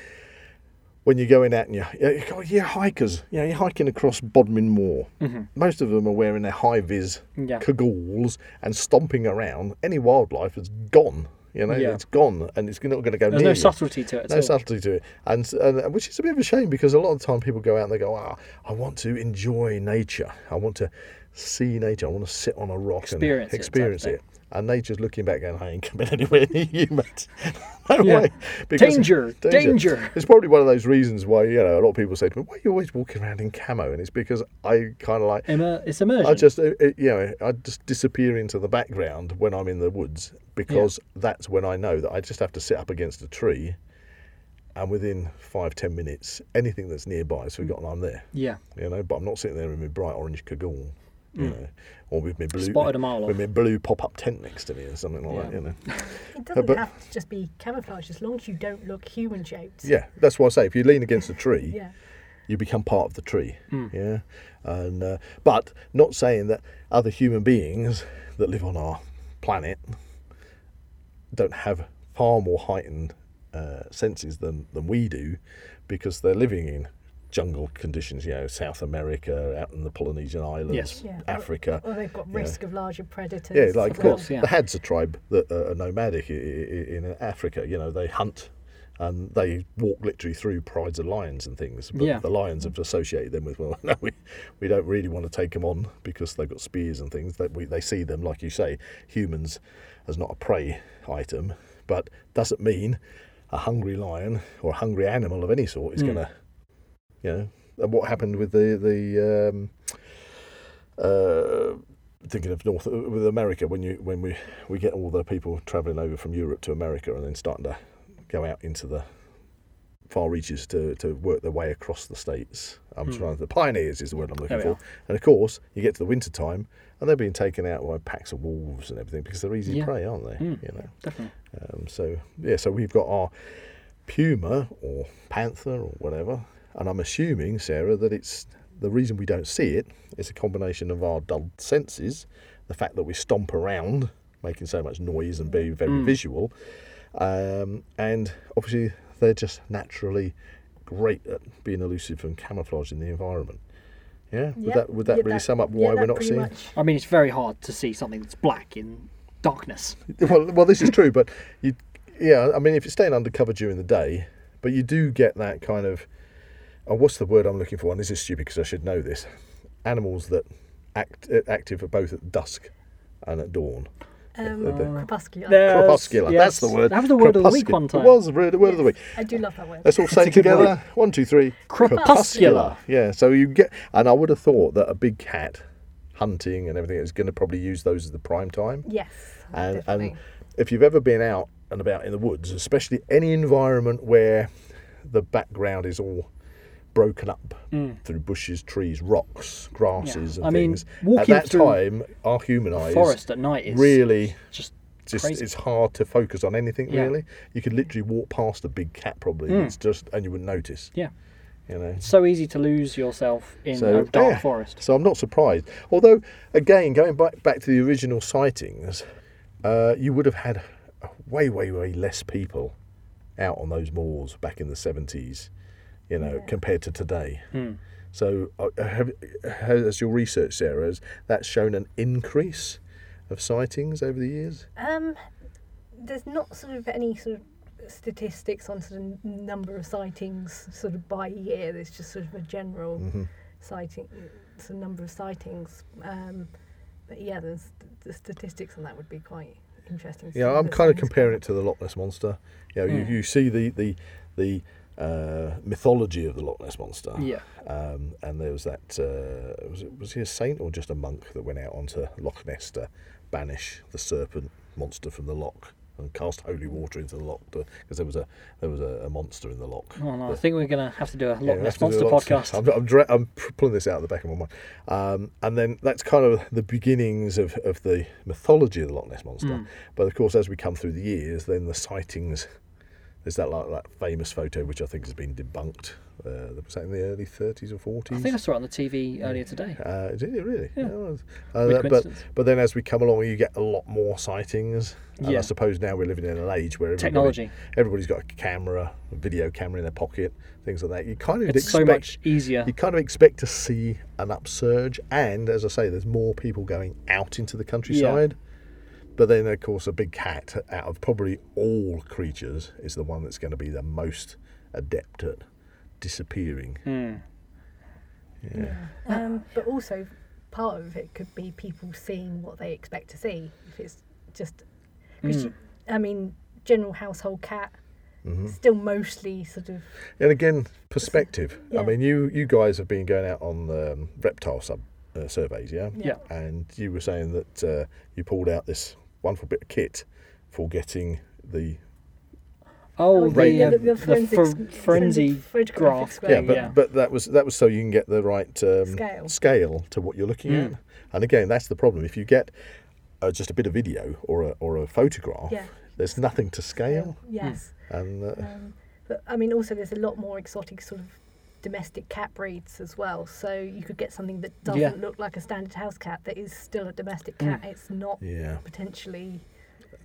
when you're going out and you're, you're, you're- you're hikers, you know, you're hiking across Bodmin Moor. Most of them are wearing their high vis
Mm-hmm. Yeah.
cagoules and stomping around. Any wildlife is gone. You know,
Yeah.
it's gone, and it's not going to go
There's
near
no
you
subtlety to it at
no
all.
subtlety to it, and, and uh, which is a bit of a shame because a lot of the time people go out and they go, "Ah, I want to enjoy nature. I want to see nature. I want to sit on a rock
Experience it,
and experience
type
it."
thing.
And nature's looking back, going, "I ain't coming anywhere near you, mate. no
Yeah.
way. Because-
Danger, danger.
It's probably one of those reasons why you know a lot of people say to me, "Why are you always walking around in camo?" And it's because I kind of like
Immer- it's immersion.
I just, uh, uh, you know, I just disappear into the background when I'm in the woods because that's when I know that I just have to sit up against a tree, and within five ten minutes, anything that's nearby is forgotten I'm there.
yeah.
You know, but I'm not sitting there in my bright orange cagoule, you know, or with my blue
Spotted a mile off.
with my blue pop up tent next to me or something like that.
Yeah.
You know,
it doesn't
but-
have to just be camouflage as long as you don't look human shaped.
yeah, that's why I say if you lean against a tree,
Yeah.
you become part of the tree. Yeah, and uh, but not saying that other human beings that live on our planet don't have far more heightened uh, senses than than we do, because they're living in jungle conditions. You know, South America, out in the Polynesian islands,
Yes.
Yeah.
Africa.
Or they've got
Yeah.
risk of larger predators.
Yeah, like of
Of course,
course,
yeah.
the Hadza tribe that are nomadic i- i- in Africa. You know, they hunt and they walk literally through prides of lions and things. But
Yeah.
the lions have associated them with well, no, we, we don't really want to take them on because they've got spears and things. That we they see them like you say, humans as not a prey item, but doesn't mean a hungry lion or a hungry animal of any sort
Hmm.
is going to, you know. And what happened with the the um, uh, thinking of North uh, with America when you when we we get all the people travelling over from Europe to America and then starting to go out into the far reaches to, to work their way across the states. I'm trying the pioneers is the word I'm looking
Hmm. There we
for.
are.
And of course, you get to the winter time and they're being taken out by packs of wolves and everything because they're easy
Yeah. Hmm.
prey, aren't they? You know.
Definitely.
Um, so yeah, so we've got our puma or panther or whatever, and I'm assuming Sarah that it's the reason we don't see it is a combination of our dulled senses, the fact that we stomp around, making so much noise and being very
Hmm.
visual, um, and obviously they're just naturally great at being elusive and camouflaging the environment. Yeah, would
Yeah.
that would that
Yeah,
really sum up
yeah,
why
that
we're not
pretty
seeing?
much-
I mean, it's very hard to see something that's black in darkness.
well, well, this is true, but you, yeah, I mean, if you're staying undercover during the day, but you do get that kind of, oh, what's the word I'm looking for? And this is stupid because I should know this. Animals that act uh, active at both at dusk and at dawn.
Um,
They're- they're
crepuscular.
Yes,
Crepuscular. That's the
yes.
word.
That was the word of the week
Crepuscular.
one time.
It was the word, the word of the week.
I do love that word.
Let's all say
a
it
good word.
together. One, two, three.
Crepuscular.
Yeah. So you get, and I would have thought that a big cat hunting and everything is going to probably use those as the prime time
Yes.
and,
definitely.
and if you've ever been out and about in the woods, especially any environment where the background is all broken up through bushes, trees, rocks, grasses,
Mm. I
and
mean,
things, at
walking
that
through
time, our human eyes
Forest at night is
really
just
just
crazy.
it's hard to focus on anything
Yeah. Mm.
really. You could literally walk past a big cat probably. and It's just and you wouldn't notice.
yeah.
You know.
It's so easy to lose yourself in a dark
yeah.
forest.
So I'm not surprised. Although, again, going back back to the original sightings, uh, you would have had way, way, way less people out on those moors back in the 70s, you know, compared to today.
Hmm.
So, uh, have, has your research, Sarah, has that shown an increase of sightings over the years?
Um, there's not sort of any sort of statistics on sort of number of sightings sort of by year. There's just sort of a general
Mm-hmm.
sighting, sort of number of sightings. Um, but yeah, there's the statistics on that would be quite interesting. to
Yeah,
see
I'm
what
kind of
things-
comparing it to the Loch Ness monster. You know,
Hmm.
you, you see the the the uh, mythology of the Loch Ness monster.
Yeah.
Um, and there was that uh, was it, was he a saint or just a monk that went out onto Loch Ness to banish the serpent monster from the loch? and cast holy water into the loch because there was a there was a, a monster in the loch.
Oh no, I think we're gonna have to do a
Yeah,
Loch
we
Ness
have to do
Monster
a lot of-
podcast.
I'm, I'm, dra- I'm p- pulling this out of the back of my mind. Um, and then that's kind of the beginnings of, of the mythology of the Loch Ness Monster.
Hmm.
But of course, as we come through the years, then the sightings. There's that like that famous photo which I think has been debunked. Uh, was that in the early 30s or 40s?
I think I saw it on the TV earlier today.
Uh, did it really?
Yeah.
Oh,
Weird
uh, but
coincidence.
but then as we come along, you get a lot more sightings. And
Yeah.
I suppose now we're living in an age where everybody,
Technology.
everybody's got a camera, a video camera in their pocket, things like that. You kind of
It's so
expect-
much easier.
You kind of expect to see an upsurge, and as I say, there's more people going out into the countryside. But then, of course, a big cat out of probably all creatures is the one that's going to be the most adept at disappearing.
Um, but also, part of it could be people seeing what they expect to see. If it's just, cause you- I mean, general household cat,
Mm-hmm.
still mostly sort of
And again, perspective. I
Yeah.
mean, you you guys have been going out on um, reptile sub uh, surveys, yeah?
yeah.
And you were saying that uh, you pulled out this wonderful bit of kit for getting the
Oh,
Oh,
the,
yeah,
uh,
the-
the,
the forensics-
fr-
forensic
frenzy
photographic
graph.
square,
yeah,
thing,
but,
yeah.
but that was that was so you can get the right um,
Scale.
scale to what you're looking at. And again, that's the problem. If you get uh, just a bit of video or a, or a photograph,
Yeah.
there's nothing to scale.
yes.
And uh,
Um, but I mean, also there's a lot more exotic sort of domestic cat breeds as well. So you could get something that doesn't
Yeah.
look like a standard house cat that is still a domestic cat. It's not
yeah,
potentially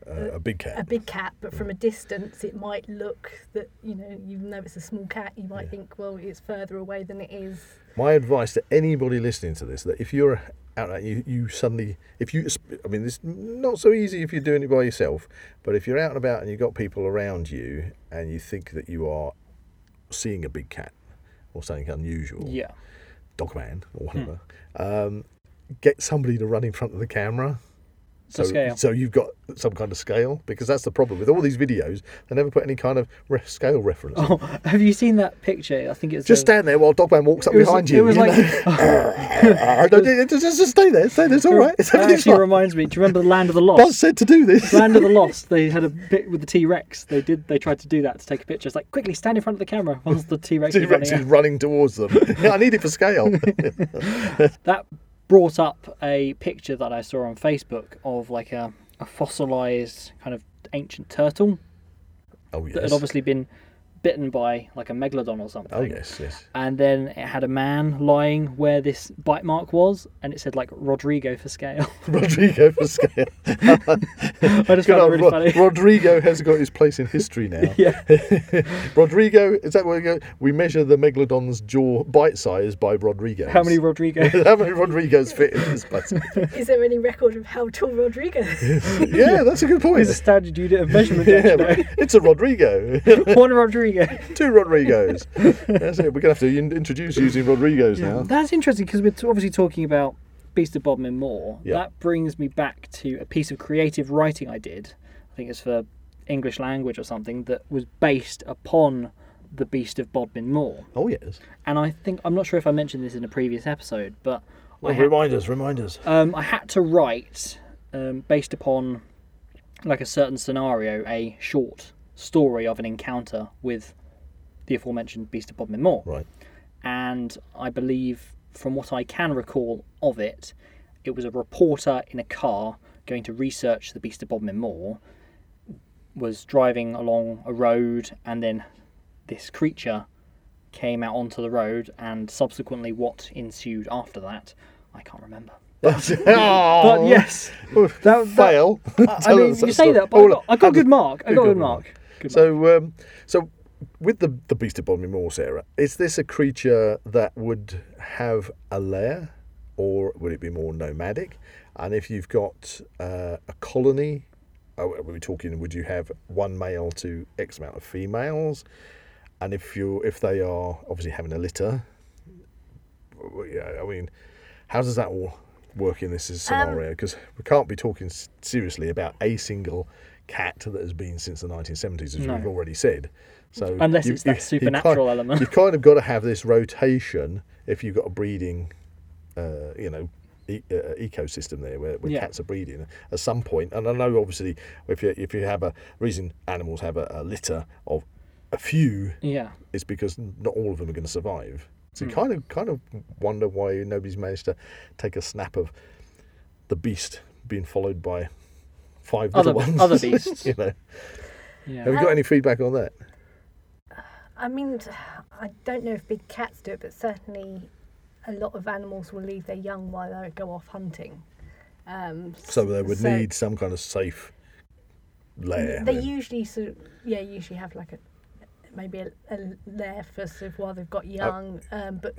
uh, a, a big cat.
a big cat, but from a distance it might look that you know you know it's a small cat. You might think, well, it's further away than it is.
My advice to anybody listening to this that if you're out and you, you suddenly if you I mean it's not so easy if you're doing it by yourself, but if you're out and about and you've got people around you and you think that you are seeing a big cat or something unusual,
Yeah.
dog man
Hmm.
or whatever, um, get somebody to run in front of the camera.
So, scale.
so you've got some kind of scale because that's the problem with all these videos. They never put any kind of ref- scale reference. in.
Oh, have you seen that picture? I think it's
Just
a-
stand there while Dogman walks up
it was-
behind you.
It was
you
like
know? Uh, no, no, just, just just stay there. Stay there. It's all right. It's
that
everything's
actually
fine.
reminds me. Do you remember the Land of the
Buzz
Lost?
said to do this.
Land of the Lost. They had a bit with the T Rex. They did. They tried to do that to take a picture. It's like quickly stand in front of the camera whilst the T Rex is
T-Rex
running.
is
Out.
running towards them. I need it for scale.
That brought up a picture that I saw on Facebook of like a, a fossilized kind of ancient turtle
oh
that
yes.
had obviously been bitten by like a megalodon or something.
Oh yes, yes.
and then it had a man lying where this bite mark was, and it said like Rodrigo for scale.
Rodrigo for scale.
I just
Good
found it
old
really
Ro-
funny.
Rodrigo has got his place in history now.
yeah,
Rodrigo, is that where we go? We measure the megalodon's jaw bite size by Rodrigo.
how many Rodrigo?
How many Rodrigos fit in this place?
Is there any record of how tall Rodrigo? is?
yeah, that's a good point.
It's a standard unit of measurement.
Yeah,
don't you
it's a Rodrigo.
know? One Rodrigo.
Two Rodrigos. That's it. We're gonna have to in- introduce using Rodrigos now.
That's interesting because we're t- obviously talking about Beast of Bodmin Moor.
Yeah.
That brings me back to a piece of creative writing I did. I think it's for English language or something that was based upon the Beast of Bodmin Moor.
Oh yes.
And I think I'm not sure if I mentioned this in a previous episode, but
Well,
I had-
remind us. Remind us.
um, I had to write um, based upon like a certain scenario a short story of an encounter with the aforementioned Beast of Bodmin Moor.
Right.
and I believe, from what I can recall of it, it was a reporter in a car going to research the Beast of Bodmin Moor, was driving along a road, and then this creature came out onto the road, and subsequently what ensued after that, I can't remember. But
but
yes,
that, Oh, fail.
I mean, you say
Oh,
that, but I got, I got a good mark. I got a good mark. Good mark.
So, um, so with the the beast of Bodmin Moor, Sarah, is this a creature that would have a lair, or would it be more nomadic? And if you've got uh, a colony, oh, are we talking? Would you have one male to x amount of females? And if you if they are obviously having a litter, well, yeah, I mean, how does that all work in this
Um,
scenario? Because we can't be talking s- seriously about a single cat that has been since the 1970s, as
No.
we've already said. So
Unless it's that
kind-
supernatural element.
you've kind of got to have this rotation if you've got a breeding, uh, you know, e- uh, ecosystem there where, where
Yeah.
cats are breeding at some point and i know obviously if you if you have a reason animals have a, a litter of a few
Yeah.
it's because not all of them are going to survive so
Hmm.
you kind of kind of wonder why nobody's managed to take a snap of the beast being followed by five
Other-
other ones
other beasts.
you know
Yeah.
have you got any feedback on that
I mean, t- I don't know if big cats do it, but certainly a lot of animals will leave their young while they go off hunting. Um,
So they would
so
need some kind of safe lair.
They
then.
usually sort of, yeah, usually have like a maybe a, a lair for sort of while they've
Oh.
got young, um, but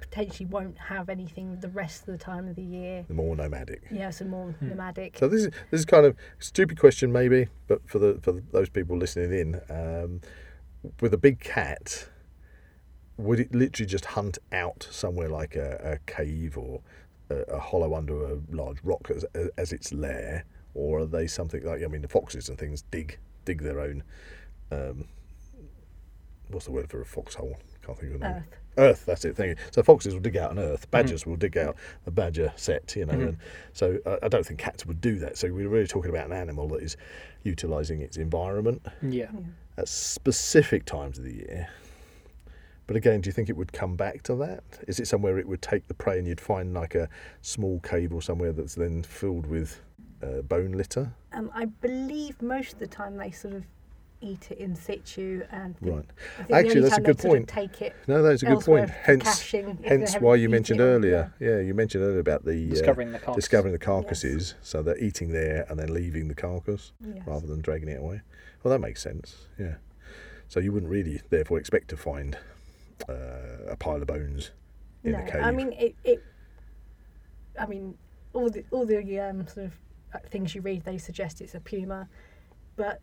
potentially won't have anything the rest of the time of the year.
They're more nomadic.
Yeah, so more nomadic.
Hmm. So this is this is kind of stupid question maybe, but for the for those people listening in, um, with a big cat, would it literally just hunt out somewhere like a, a cave or a, a hollow under a large rock as, as its lair, or are they something like I mean the foxes and things dig dig their own. Um, what's the word for a foxhole? Can't think of the name.
Earth.
Earth, that's it. Thank you. So foxes will dig out an earth. Badgers will dig out a badger set, you know. And so uh, I don't think cats would do that. So we're really talking about an animal that is utilising its environment
Yeah.
at specific times of the year. But again, do you think it would come back to that? Is it somewhere it would take the prey and you'd find like a small cave or somewhere that's then filled with uh, bone litter?
Um, I believe most of the time they sort of eat it in situ, and the-
Right.
I think the
Actually,
only
that's a
time they
good
sort of
point.
take it
No, that's a good
elsewhere
point.
for
Hence,
caching if they
hence
haven't
why you
eaten
mentioned
it all.
earlier. Yeah, you mentioned earlier about the uh,
Discovering the carcass.
discovering the carcasses. So they're eating there and then leaving the carcass
Yes.
rather than dragging it away. Well, that makes sense. Yeah. So you wouldn't really, therefore, expect to find uh, a pile of bones in
no,
the cave.
I mean it, it. I mean, all the all the um, sort of uh, things you read, they suggest it's a puma, but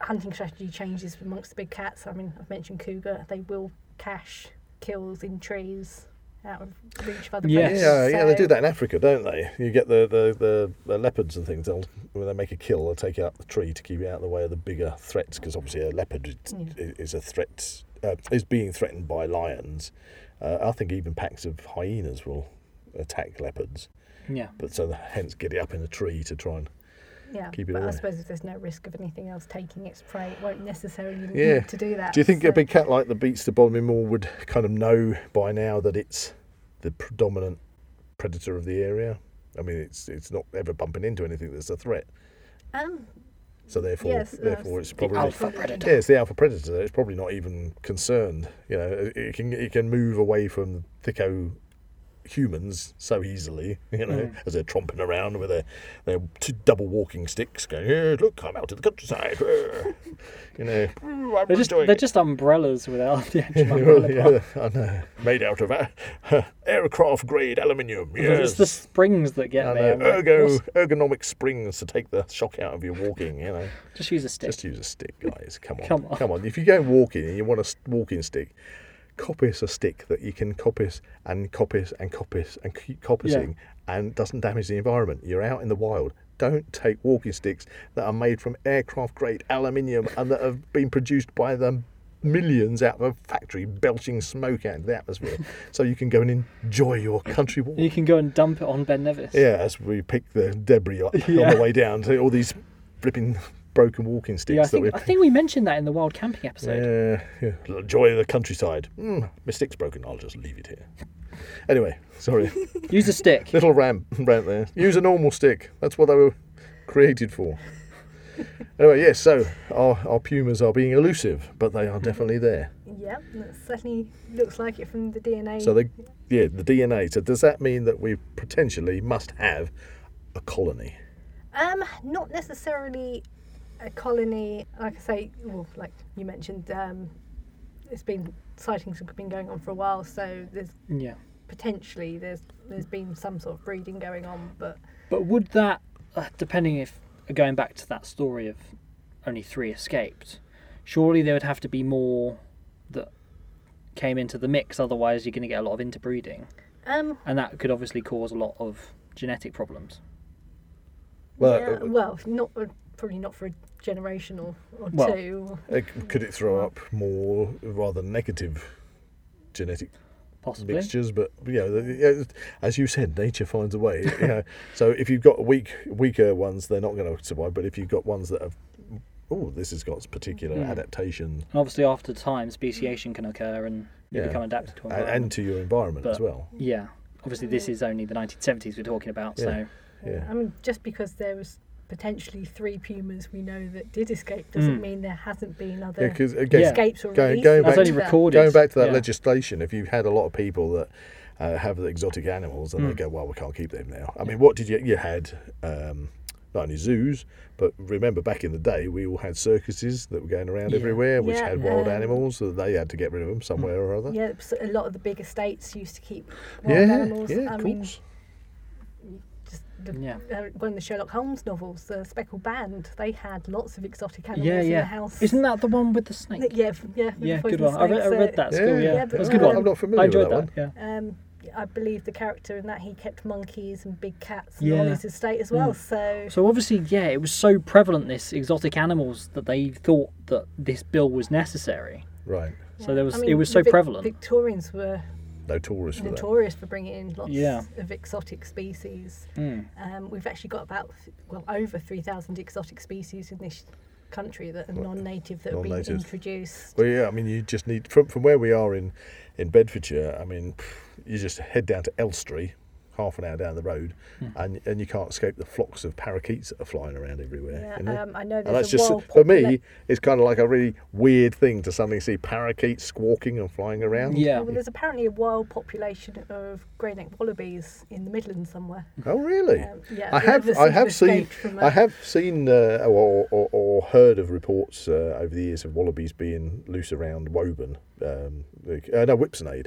hunting strategy changes amongst the big cats. I mean, I've mentioned cougar; they will cache kills in trees out of reach of other
Yes.
predators.
yeah, yeah, they
So-
do that in Africa, don't they? You get the, the, the, the leopards and things. They'll when they make a kill, they'll take out the tree to keep it out of the way of the bigger threats, because obviously a leopard is, is a threat, uh, is being threatened by lions. Uh, I think even packs of hyenas will attack leopards,
Yeah.
but so they hence get it up in a tree to try and.
Yeah,
keep it
but I
away.
suppose if there's no risk of anything else taking its prey, it won't necessarily
Yeah.
need to do that.
Do you think
so-
a big cat like the Beats the Bodmin Moor would kind of know by now that it's the predominant predator of the area? I mean, it's it's not ever bumping into anything that's a threat.
Um,
So therefore,
Yes,
therefore, it's
the
probably
Alpha predator.
yeah, it's the alpha predator. It's probably not even concerned. You know, it- it can it can move away from thicko humans so easily. You know,
Mm.
as they're tromping around with their their two double walking sticks, going, "Hey, look, I'm out to the countryside." eh." you know, "Ooh, I'm
They're just
enjoying
they're
it."
just umbrellas without the actual umbrella. part.
yeah, I know. Made out of a, aircraft grade aluminium.
It's
Yes.
the springs that get
I
me.
know,
I'm like,
ergo,
"What's-
ergonomic springs to take the shock out of your walking, you know.
Just use a stick.
Just use a stick, guys. Come on.
Come on.
If you go walking and you want a s- walking stick, coppice a stick that you can coppice and coppice and coppice and keep coppicing and doesn't damage the environment. You're out in the wild. Don't take walking sticks that are made from aircraft grade aluminium and that have been produced by the millions out of a factory belching smoke out into the atmosphere so you can go and enjoy your country walk.
You can go and dump it on Ben Nevis.
Yeah, as we pick the debris up on the way down, so all these flipping broken walking sticks
Yeah, I
that
think I
we're
think we mentioned that in the wild camping episode.
yeah, yeah. Enjoy the countryside. Mm, my stick's broken. I'll just leave it here. Anyway, sorry.
Use a stick.
Little rant, rant there. Use a normal stick. That's what they were created for. Anyway, yes, so our, our pumas are being elusive, but they are definitely there.
Yep, that certainly looks like it from the DNA.
So they, yeah, the DNA. So does that mean that we potentially must have a colony?
Um, not necessarily a colony. Like I say, well, like you mentioned, um, it's been sightings have been going on for a while, so there's
Yeah.
potentially there's there's been some sort of breeding going on, but
But would that, uh, depending if going back to that story of only three escaped, surely there would have to be more that came into the mix. Otherwise, you're going to get a lot of interbreeding,
um,
and that could obviously cause a lot of genetic problems.
Well,
yeah, well, not uh, probably not for a generation or, or
Well,
two.
Uh, c- Could it throw up more rather negative genetic
possibly.
mixtures, but you know, the- yeah, as you said, nature finds a way. You know, so if you've got weak, weaker ones, they're not going to survive. But if you've got ones that have, oh, this has got particular
Mm.
adaptation
And obviously, after time, speciation can occur and you
Yeah.
become adapted to
and,
environment.
and to your environment as
But-
well.
yeah, obviously, this is only the 1970s we're talking about, so
Yeah. Yeah,
I mean, just because there was potentially three pumas we know that did escape doesn't
Mm.
mean there hasn't been other
Hmm. yeah, because again,
Yeah.
escapes or
Going-
releases
going
that's
back
only
that-
recorded.
going back to that
yeah.
legislation, if you had a lot of people that uh, have the exotic animals
Hmm.
and they go, well, we can't keep them now. I mean, what did you you had? Um, not only zoos, but remember back in the day, we all had circuses that were going around
Yeah.
everywhere, which
Yeah,
had wild
um,
animals. So they had to get rid of them somewhere or other.
Yeah, so a lot of the big estates used to keep wild
yeah,
animals.
yeah,
I
of
mean,
course.
just the,
Yeah.
uh, one of the Sherlock Holmes novels, The Speckled Band, they had lots of exotic animals
yeah,
in
yeah.
the house.
Isn't that the one with the snake?
Yeah, f- yeah, with the
Yeah, good
poisonous
one. I, re- I
snakes, uh,
read that at
Yeah,
school,
yeah,
yeah.
yeah,
it was a
but,
good
uh,
one.
I'm not familiar
I
with
enjoyed
that one.
Yeah.
Um, I believe the character in that he kept monkeys and big cats and on
Yeah.
his estate as well.
Mm.
So,
So obviously, yeah, it was so prevalent this exotic animals that they thought that this bill was necessary.
Right.
So there was
I mean,
it was
the
so
Vic-
prevalent.
Victorians were
No tourists for that.
notorious for bringing in lots
Yeah.
of exotic species.
Mm.
Um, we've actually got about well over three thousand exotic species in this country that are non-native that have been
Non-native.
introduced.
Well, yeah, I mean, you just need from from where we are in in Bedfordshire. I mean, you just head down to Elstree, half an hour down the road, and and you can't escape the flocks of parakeets that are flying around everywhere.
Yeah,
you know?
um, I know
and that's
there's a
just
wild
for
popula-
me, it's kind of like a really weird thing to suddenly see parakeets squawking and flying around.
Yeah.
Well, there's apparently a wild population of grey-necked wallabies in the Midlands somewhere.
Oh, really?
Um, yeah,
I
the
have,
others
I
seem to
have seen,
escaped from,
I
uh,
have seen, uh, or, or, or heard of reports uh, over the years of wallabies being loose around Woburn, um, like- uh, no Whipsnade,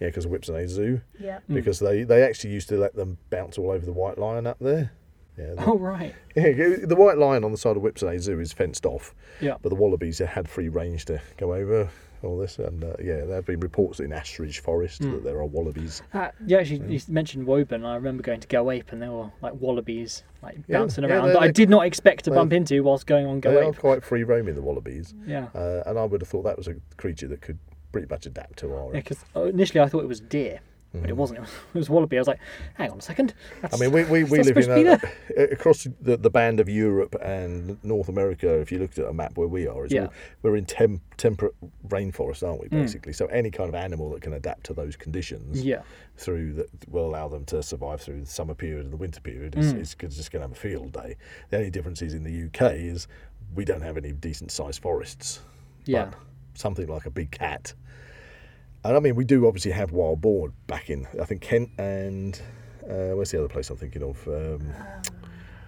yeah, because of Whipsnade Zoo,
Yeah.
because they, they actually used to let them bounce all over the White Lion up there. Yeah, the,
Oh right.
yeah, the White Lion on the side of Whipsnade Zoo is fenced off,
Yeah.
but the wallabies had free range to go over all this, and uh, yeah, there have been reports in Ashridge Forest that there are wallabies.
Uh, you actually you mentioned Woburn. I remember going to Go Ape, and there were like wallabies like
Yeah,
bouncing
yeah,
around
they-
that I
they-
did not expect to
they-
bump into whilst going on
They
Go
are
Ape.
quite free roaming the
Mm.
wallabies.
Yeah.
Uh, and I would have thought that was a creature that could pretty much adapt to our.
Because initially I thought it was deer, but it wasn't. It was, it was wallaby. I was like, hang on a second.
Mm. I
That's,
mean, we, we,
that's
we
not
live in
supposed to be
a, across the, the band of Europe and North America. If you looked at a map where we are, is
Yeah. Hmm.
we're, we're in temp, temperate rainforest, aren't we? Basically, so any kind of animal that can adapt to those conditions
Yeah.
through that will allow them to survive through the summer period and the winter period
Hmm.
is, is good- just going to have a field day. The only difference is in the UK is we don't have any decent sized forests.
Yeah.
but something like a big cat. And I mean, we do obviously have wild boar back in, I think, Kent and uh, where's the other place I'm thinking of? Um,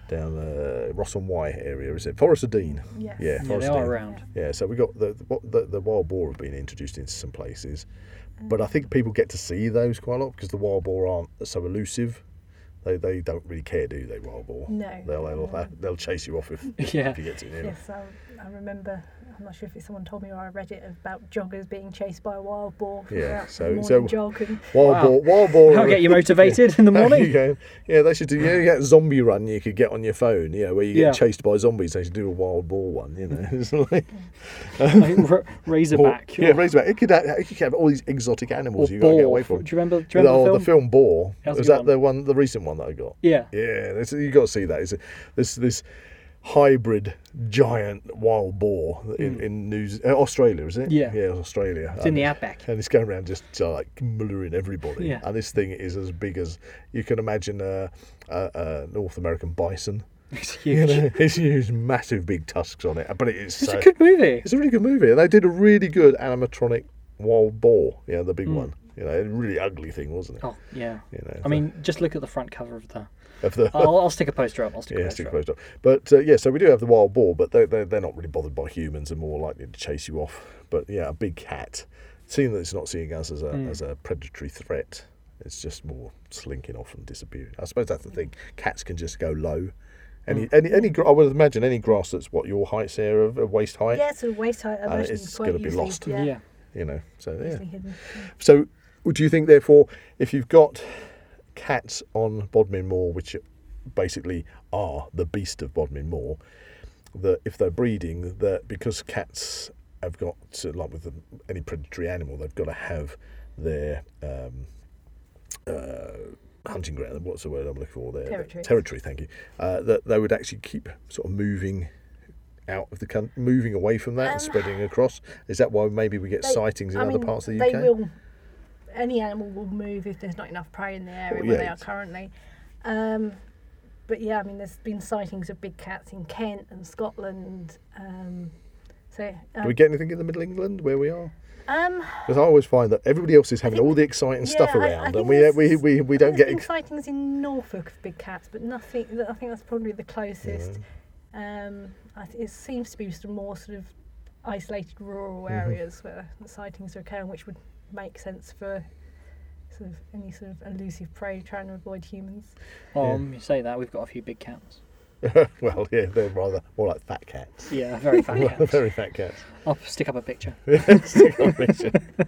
down uh, Ross on Wye area, is it? Forest of Dean.
Yes.
Yeah,
yeah, they
Forest of
are
Dean.
around.
Yeah, so we got the, the, what- the the wild boar have been introduced into some places, but I think people get to see those quite a lot because the wild boar aren't so elusive. They, they don't really care, do they? Wild boar.
No.
They'll they'll, they'll chase you off if,
Yeah.
if you get too near. 'em.
Yes, I, I remember. I'm not sure if it's someone told me or I read it about joggers being chased by a wild boar.
Yeah,
throughout the
so-
morning
so-
jog and
Wild
Wow.
boar, wild boar.
That'll
are-
get you motivated in the
There
morning.
you go. Yeah, they should do. Yeah, you get a zombie run you could get on your phone. You know, where you get
Yeah.
chased by zombies. They should do a wild boar one. You know, it's like
Like, ra- razorback.
yeah, razorback. It could, have, it could have all these exotic
Or
animals you got to
boar.
get away from.
Do you remember, do you remember
oh,
the film?
Boar.
That was a
was
good
that
one.
the one, the recent one that I got?
Yeah.
Yeah, that's, you got to see that. It's a, this this hybrid giant wild boar in, in New Z- uh, Australia, is it?
Hmm. Yeah.
yeah, Australia. Um,
It's in the outback.
and it's going around just uh, like murdering everybody.
Yeah.
And this thing is as big as you can imagine a, a, a North American bison.
It's
You
huge.
know, it's huge, massive, big tusks on it. But it is
It's
so,
a good movie.
it's a really good movie, and they did a really good animatronic wild boar. Yeah, the big one. You know, a really ugly thing, wasn't it?
Hmm. Oh yeah.
You know,
I mean, just look at the front cover of the.
of the,
I'll, I'll stick a poster up. I'll stick
Yeah,
a
it's too
poster up.
closed up. But uh, yeah, so we do have the wild boar, but they're, they're, they're not really bothered by humans and more likely to chase you off. But yeah, a big cat, seeing that it's not seeing us as a, as a predatory threat, it's just more slinking off and disappearing. I suppose that's the thing. Cats can just go low. Any, any, any, gra- I would imagine any grass that's what your height, Sarah, of- of waist height.
yeah, so waist height. I
Uh,
imagine
it's
quite
gonna be
easily-
lost.
Yeah.
yeah.
You know, so yeah.
easily hidden.
So, do you think, therefore, if you've got cats on Bodmin Moor, which basically are the beast of Bodmin Moor, that if they're breeding, that because cats have got, to, like with any predatory animal, they've got to have their um, uh, hunting ground. What's the word I'm looking for? Their
Territory.
Territory. Thank you. Uh, that they would actually keep sort of moving out of the coun moving away from that
Um,
and spreading across. Is that why maybe we get
They-
sightings in
I
other
mean,
parts of the
they
UK?
will. Any animal will move if there's not enough prey in the area
Well,
where
yeah,
they are
it's-
currently. Um, but yeah, I mean, there's been sightings of big cats in Kent and Scotland. Um, so
Do we
um,
get anything in the Middle England where we are?
um,
Because I always find that everybody else is having
think-
all the exciting
yeah,
stuff
I- I
around,
think
and we, uh,
there's-
we, we, we
I
don't
think
get
there's been
ex-
sightings in Norfolk of big cats, but nothing. I think that's probably the closest. Um, I th- it seems to be some more sort of isolated
Mm-hmm.
rural areas where the sightings are occurring, which would make sense for sort of any sort of elusive prey trying to avoid humans.
Um, you say that we've got a few big cats.
well, yeah, they're rather more like fat cats,
Yeah, very fat cats.
very fat cats.
I'll stick up a picture.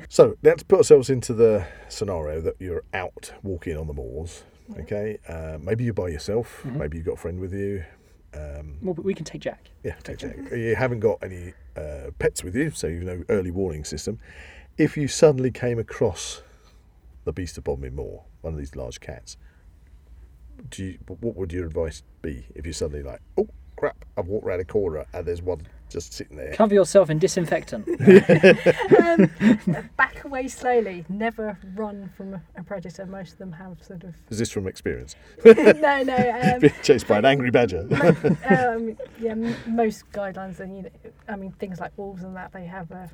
so let's put ourselves into the scenario that you're out walking on the moors.
Mm-hmm.
Okay, uh, maybe you're by yourself. Maybe you've got a friend with you. Um,
Well, but we can take Jack.
yeah, take check. You haven't got any uh, pets with you, so you've no early warning system. If you suddenly came across the beast of Bodmin Moor, one of these large cats, do you, what would your advice be if you suddenly like, oh crap, I've walked round a corner and there's one just sitting there?
Cover yourself in disinfectant.
Um, back away slowly. Never run from a predator. Most of them have sort of
Is this from experience?
no, no. Um,
Being chased by an angry badger.
um, yeah, m- most guidelines and you know, I mean things like wolves and that they have a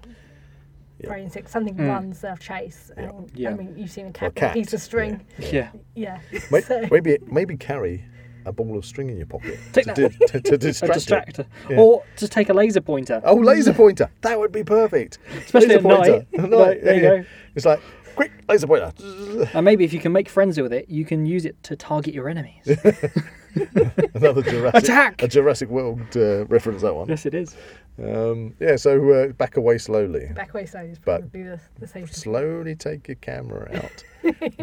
Yeah.
prey instinct. Something
Mm.
runs, they'll chase.
Yeah.
And,
Yeah.
I mean, you've seen a cat, with
cat,
a piece of string.
Yeah.
Yeah.
May-
so,
Maybe maybe carry a ball of string in your pocket
Take
to,
that.
di- to, to
A
distract, it.
distractor.
Yeah.
Or just take a laser pointer.
Oh, laser pointer! That would be perfect,
Especially at
pointer.
night. Like, there you go.
It's like quick laser pointer.
And maybe if you can make friends with it, you can use it to target your enemies.
Another Jurassic
Attack!
A Jurassic World uh, reference. That one.
yes, it is.
Um, yeah. So uh, back away slowly.
back away slowly is
But-
probably the, the safest.
Slowly take your camera out,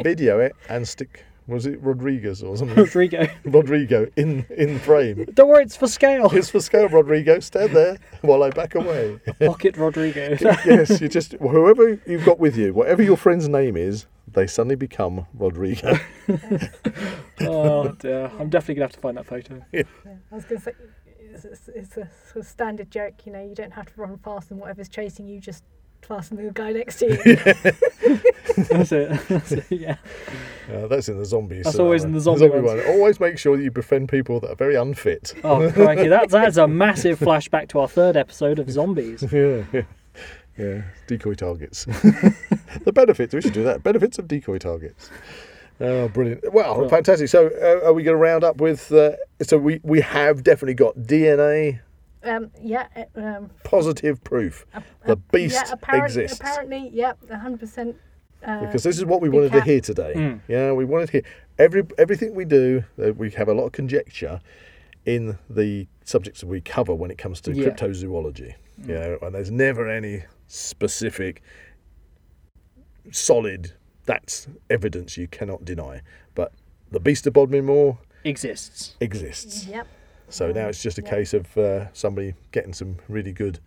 video it, and stick. Was it Rodriguez or something?
Rodrigo.
Rodrigo in in frame.
Don't worry, it's for scale.
It's for scale, Rodrigo. Stand there while I back away.
Pocket Rodrigo.
yes, you just whoever you've got with you, whatever your friend's name is, they suddenly become Rodrigo.
oh, dear. I'm definitely going to have to find that photo.
Yeah. I was going to say. It's, it's, it's a sort of standard joke, you know. You don't have to run fast, and whatever's chasing you, just fasten the guy next to you.
That's it. That's it. Yeah.
Uh, that's in the zombies.
That's always in the zombie ones.
one. Always make sure that you befriend people that are very unfit.
Oh, crikey. That's, that's a massive flashback to our third episode of Zombies.
Yeah, yeah, yeah. Decoy targets. the benefits. We should do that. Benefits of decoy targets. Oh, brilliant! Well,
Right.
fantastic. So, uh, are we going to round up with? Uh, so, we we have definitely got DNA
Um, yeah, uh, um,
positive proof. The beast
yeah, apparent-
exists.
Apparently, yep, hundred percent. uh,
because this is what we
big
wanted to
cat.
hear today.
Mm.
Yeah, we wanted to hear every everything we do. Uh, we have a lot of conjecture in the subjects that we cover when it comes to
Yeah.
cryptozoology. You know, and there's never any specific solid that's evidence you cannot deny. But the beast of Bodmin Moor
Exists.
exists.
Yep.
So now it's just a
Yeah.
case of uh, somebody getting some really good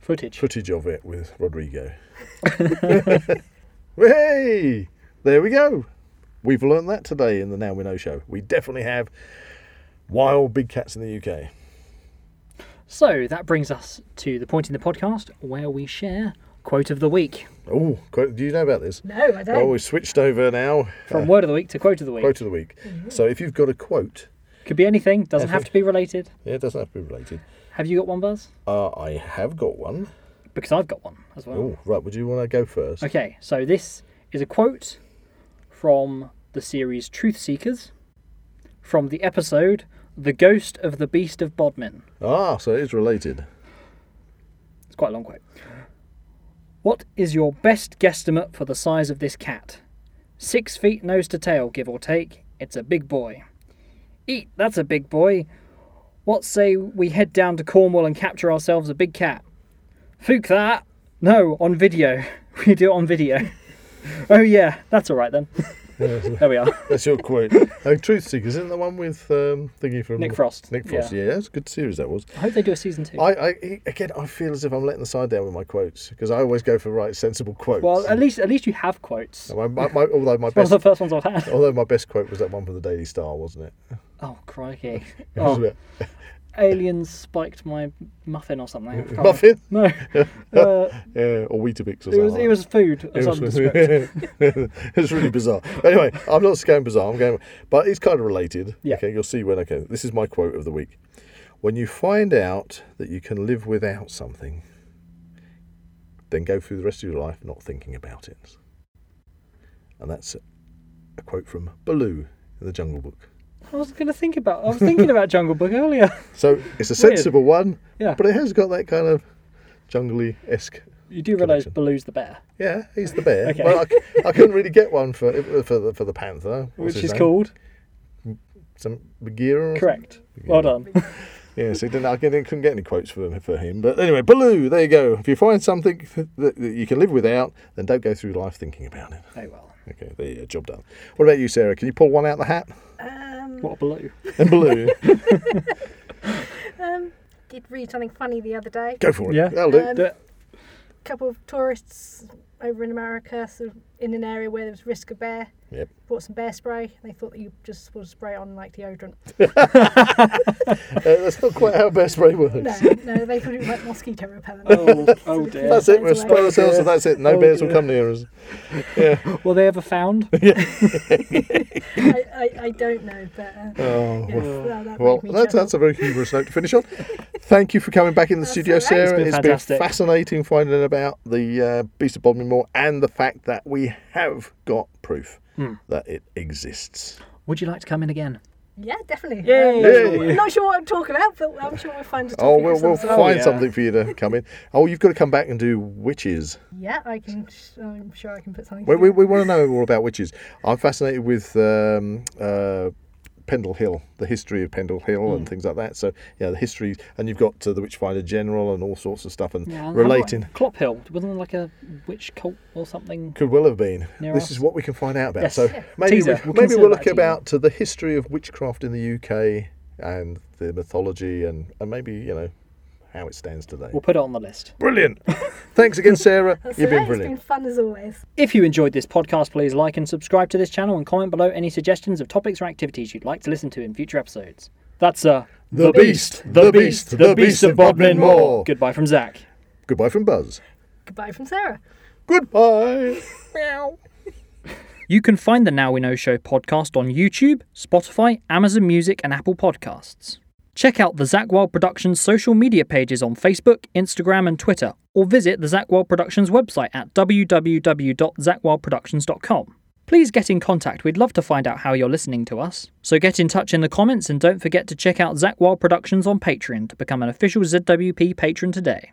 Footage.
footage of it with Rodrigo. hey, there we go. We've learned that today in the Now We Know show. We definitely have wild big cats in the UK.
So that brings us to the point in the podcast where we share quote of the week.
Oh, quote- do you know about this?
No, I don't.
Well, we've switched over now.
From word of the week to quote of the week.
Quote of the week. So if you've got a quote,
Could be anything, doesn't have to be related.
yeah, it doesn't have to be related.
Have you got one, Buzz?
Uh, I have got one.
Because I've got one as well.
Oh, right. Would you want to go first?
Okay, so this is a quote from the series Truth Seekers from the episode The Ghost of the Beast of Bodmin.
Ah, so it is related.
It's quite a long quote. What is your best guesstimate for the size of this cat? Six feet nose to tail, give or take. It's a big boy. Eat, that's a big boy. What say we head down to Cornwall and capture ourselves a big cat? Fook that! No, on video. We do it on video. oh yeah, that's alright then. there we are.
That's your quote. Oh, Truth Seekers isn't that one with um, thingy from
Nick Frost.
Nick Frost. Yeah, that's a good series that was.
I hope they do a season two.
I, I again, I feel as if I'm letting the side down with my quotes because I always go for right sensible quotes.
well, at least at least you have quotes.
my, my, my, although
One
my
of
best,
the first ones I've had.
although my best quote was that one from the Daily Star, wasn't it?
Oh crikey!
It was
Oh,
a bit-
aliens spiked my muffin or something. I can't remember.
Muffin,
No, uh,
yeah, or Weetabix or
it Oh. was
something.
it was food of
It
some
was,
description.
it was really bizarre. Anyway, I'm not going bizarre. I'm going, but it's kind of related.
Yeah.
Okay, you'll see when. Okay, this is my quote of the week. When you find out that you can live without something, then go through the rest of your life not thinking about it. And that's a quote from Baloo in the Jungle Book.
I was going to think about. I was thinking about Jungle Book earlier.
So it's a
Weird.
sensible one,
Yeah,
but it has got that kind of jungly esque
you do realise
connection.
Baloo's the bear,
Yeah, he's the bear.
Okay.
Well, I, c- I couldn't really get one for for the, for the panther, What's
which
his
is
name?
called
Some Bagheera. or
correct. Well
Yeah.
done.
something? Yeah, so didn't, I didn't- couldn't get any quotes for him, for him. But anyway, Baloo, there you go. If you find something that, that you can live without, then don't go through life thinking about it.
Oh well.
Okay, there you go, job done. What about you, Sarah? Can you pull one out the hat?
Um,
What a Baloo.
And Baloo,
um, did read something funny the other day.
go for it.
Yeah.
That'll do.
Um,
D-
couple of tourists over in America, sort of in an area where there was risk of bear.
Yep.
Bought some bear spray. And they thought that you just would spray it on like deodorant.
Uh, that's not quite how best spray works.
No, no, they thought it was like mosquito repellent.
oh, oh dear.
That's it. We'll
Sounds
spray
like-
ourselves, and that's it. No
Oh,
bears will
dear.
come near us. Yeah.
Were they ever found?
I, I, I don't know, but uh,
Oh,
yes, that, that
Well,
made me
that's,
chuckle.
that's a very humorous note to finish on. Thank you for coming back in the
That's
studio,
all right.
Sarah.
It's been
It's been,
fantastic.
fascinating finding out about the uh, Beast of Bodmin Moor and the fact that we have got proof
Hmm.
that it exists.
Would you like to come in again?
Yeah, definitely.
Yay.
Yay.
I'm not sure what I'm talking about, but I'm sure we'll find a topic
Oh,
or
we'll, we'll
something.
find
yeah.
something for you to come in. Oh, you've got to come back and do witches.
Yeah, I can. sh- I'm sure I can put something.
We, we,
together.
we want to know all about witches. I'm fascinated with um, uh, Pendle Hill, the history of Pendle Hill
Hmm.
and things like that. So, yeah, the history, and you've got uh, the Witchfinder General and all sorts of stuff and
and-
relating.
Clop Hill. Wasn't there like a witch cult or something?
Could well have been.
Near
this
us.
is what we can find out about.
Yes.
So
Yeah.
maybe
Teaser. We'll
we, maybe
consider
we'll
that
look
teaser.
about to the history of witchcraft in the UK and the mythology and, and maybe you know how it stands today.
We'll put it on the list.
Brilliant. Thanks again, Sarah.
That's
You've
all right,
been brilliant.
It's been fun as always.
If you enjoyed this podcast, please like and subscribe to this channel and comment below any suggestions of topics or activities you'd like to listen to in future episodes. That's uh,
The Beast, the Beast, the Beast of Bodmin Moor.
Goodbye from Zach.
Goodbye from Buzz.
Goodbye from Sarah.
Goodbye.
You can find the Now We Know Show podcast on YouTube, Spotify, Amazon Music, and Apple Podcasts. Check out the Zach Wild Productions social media pages on Facebook, Instagram, and Twitter, or visit the Zach Wild Productions website at www.zachwildproductions.com. Please get in contact. We'd love to find out how you're listening to us. So get in touch in the comments and don't forget to check out Zach Wild Productions on Patreon to become an official ZWP patron today.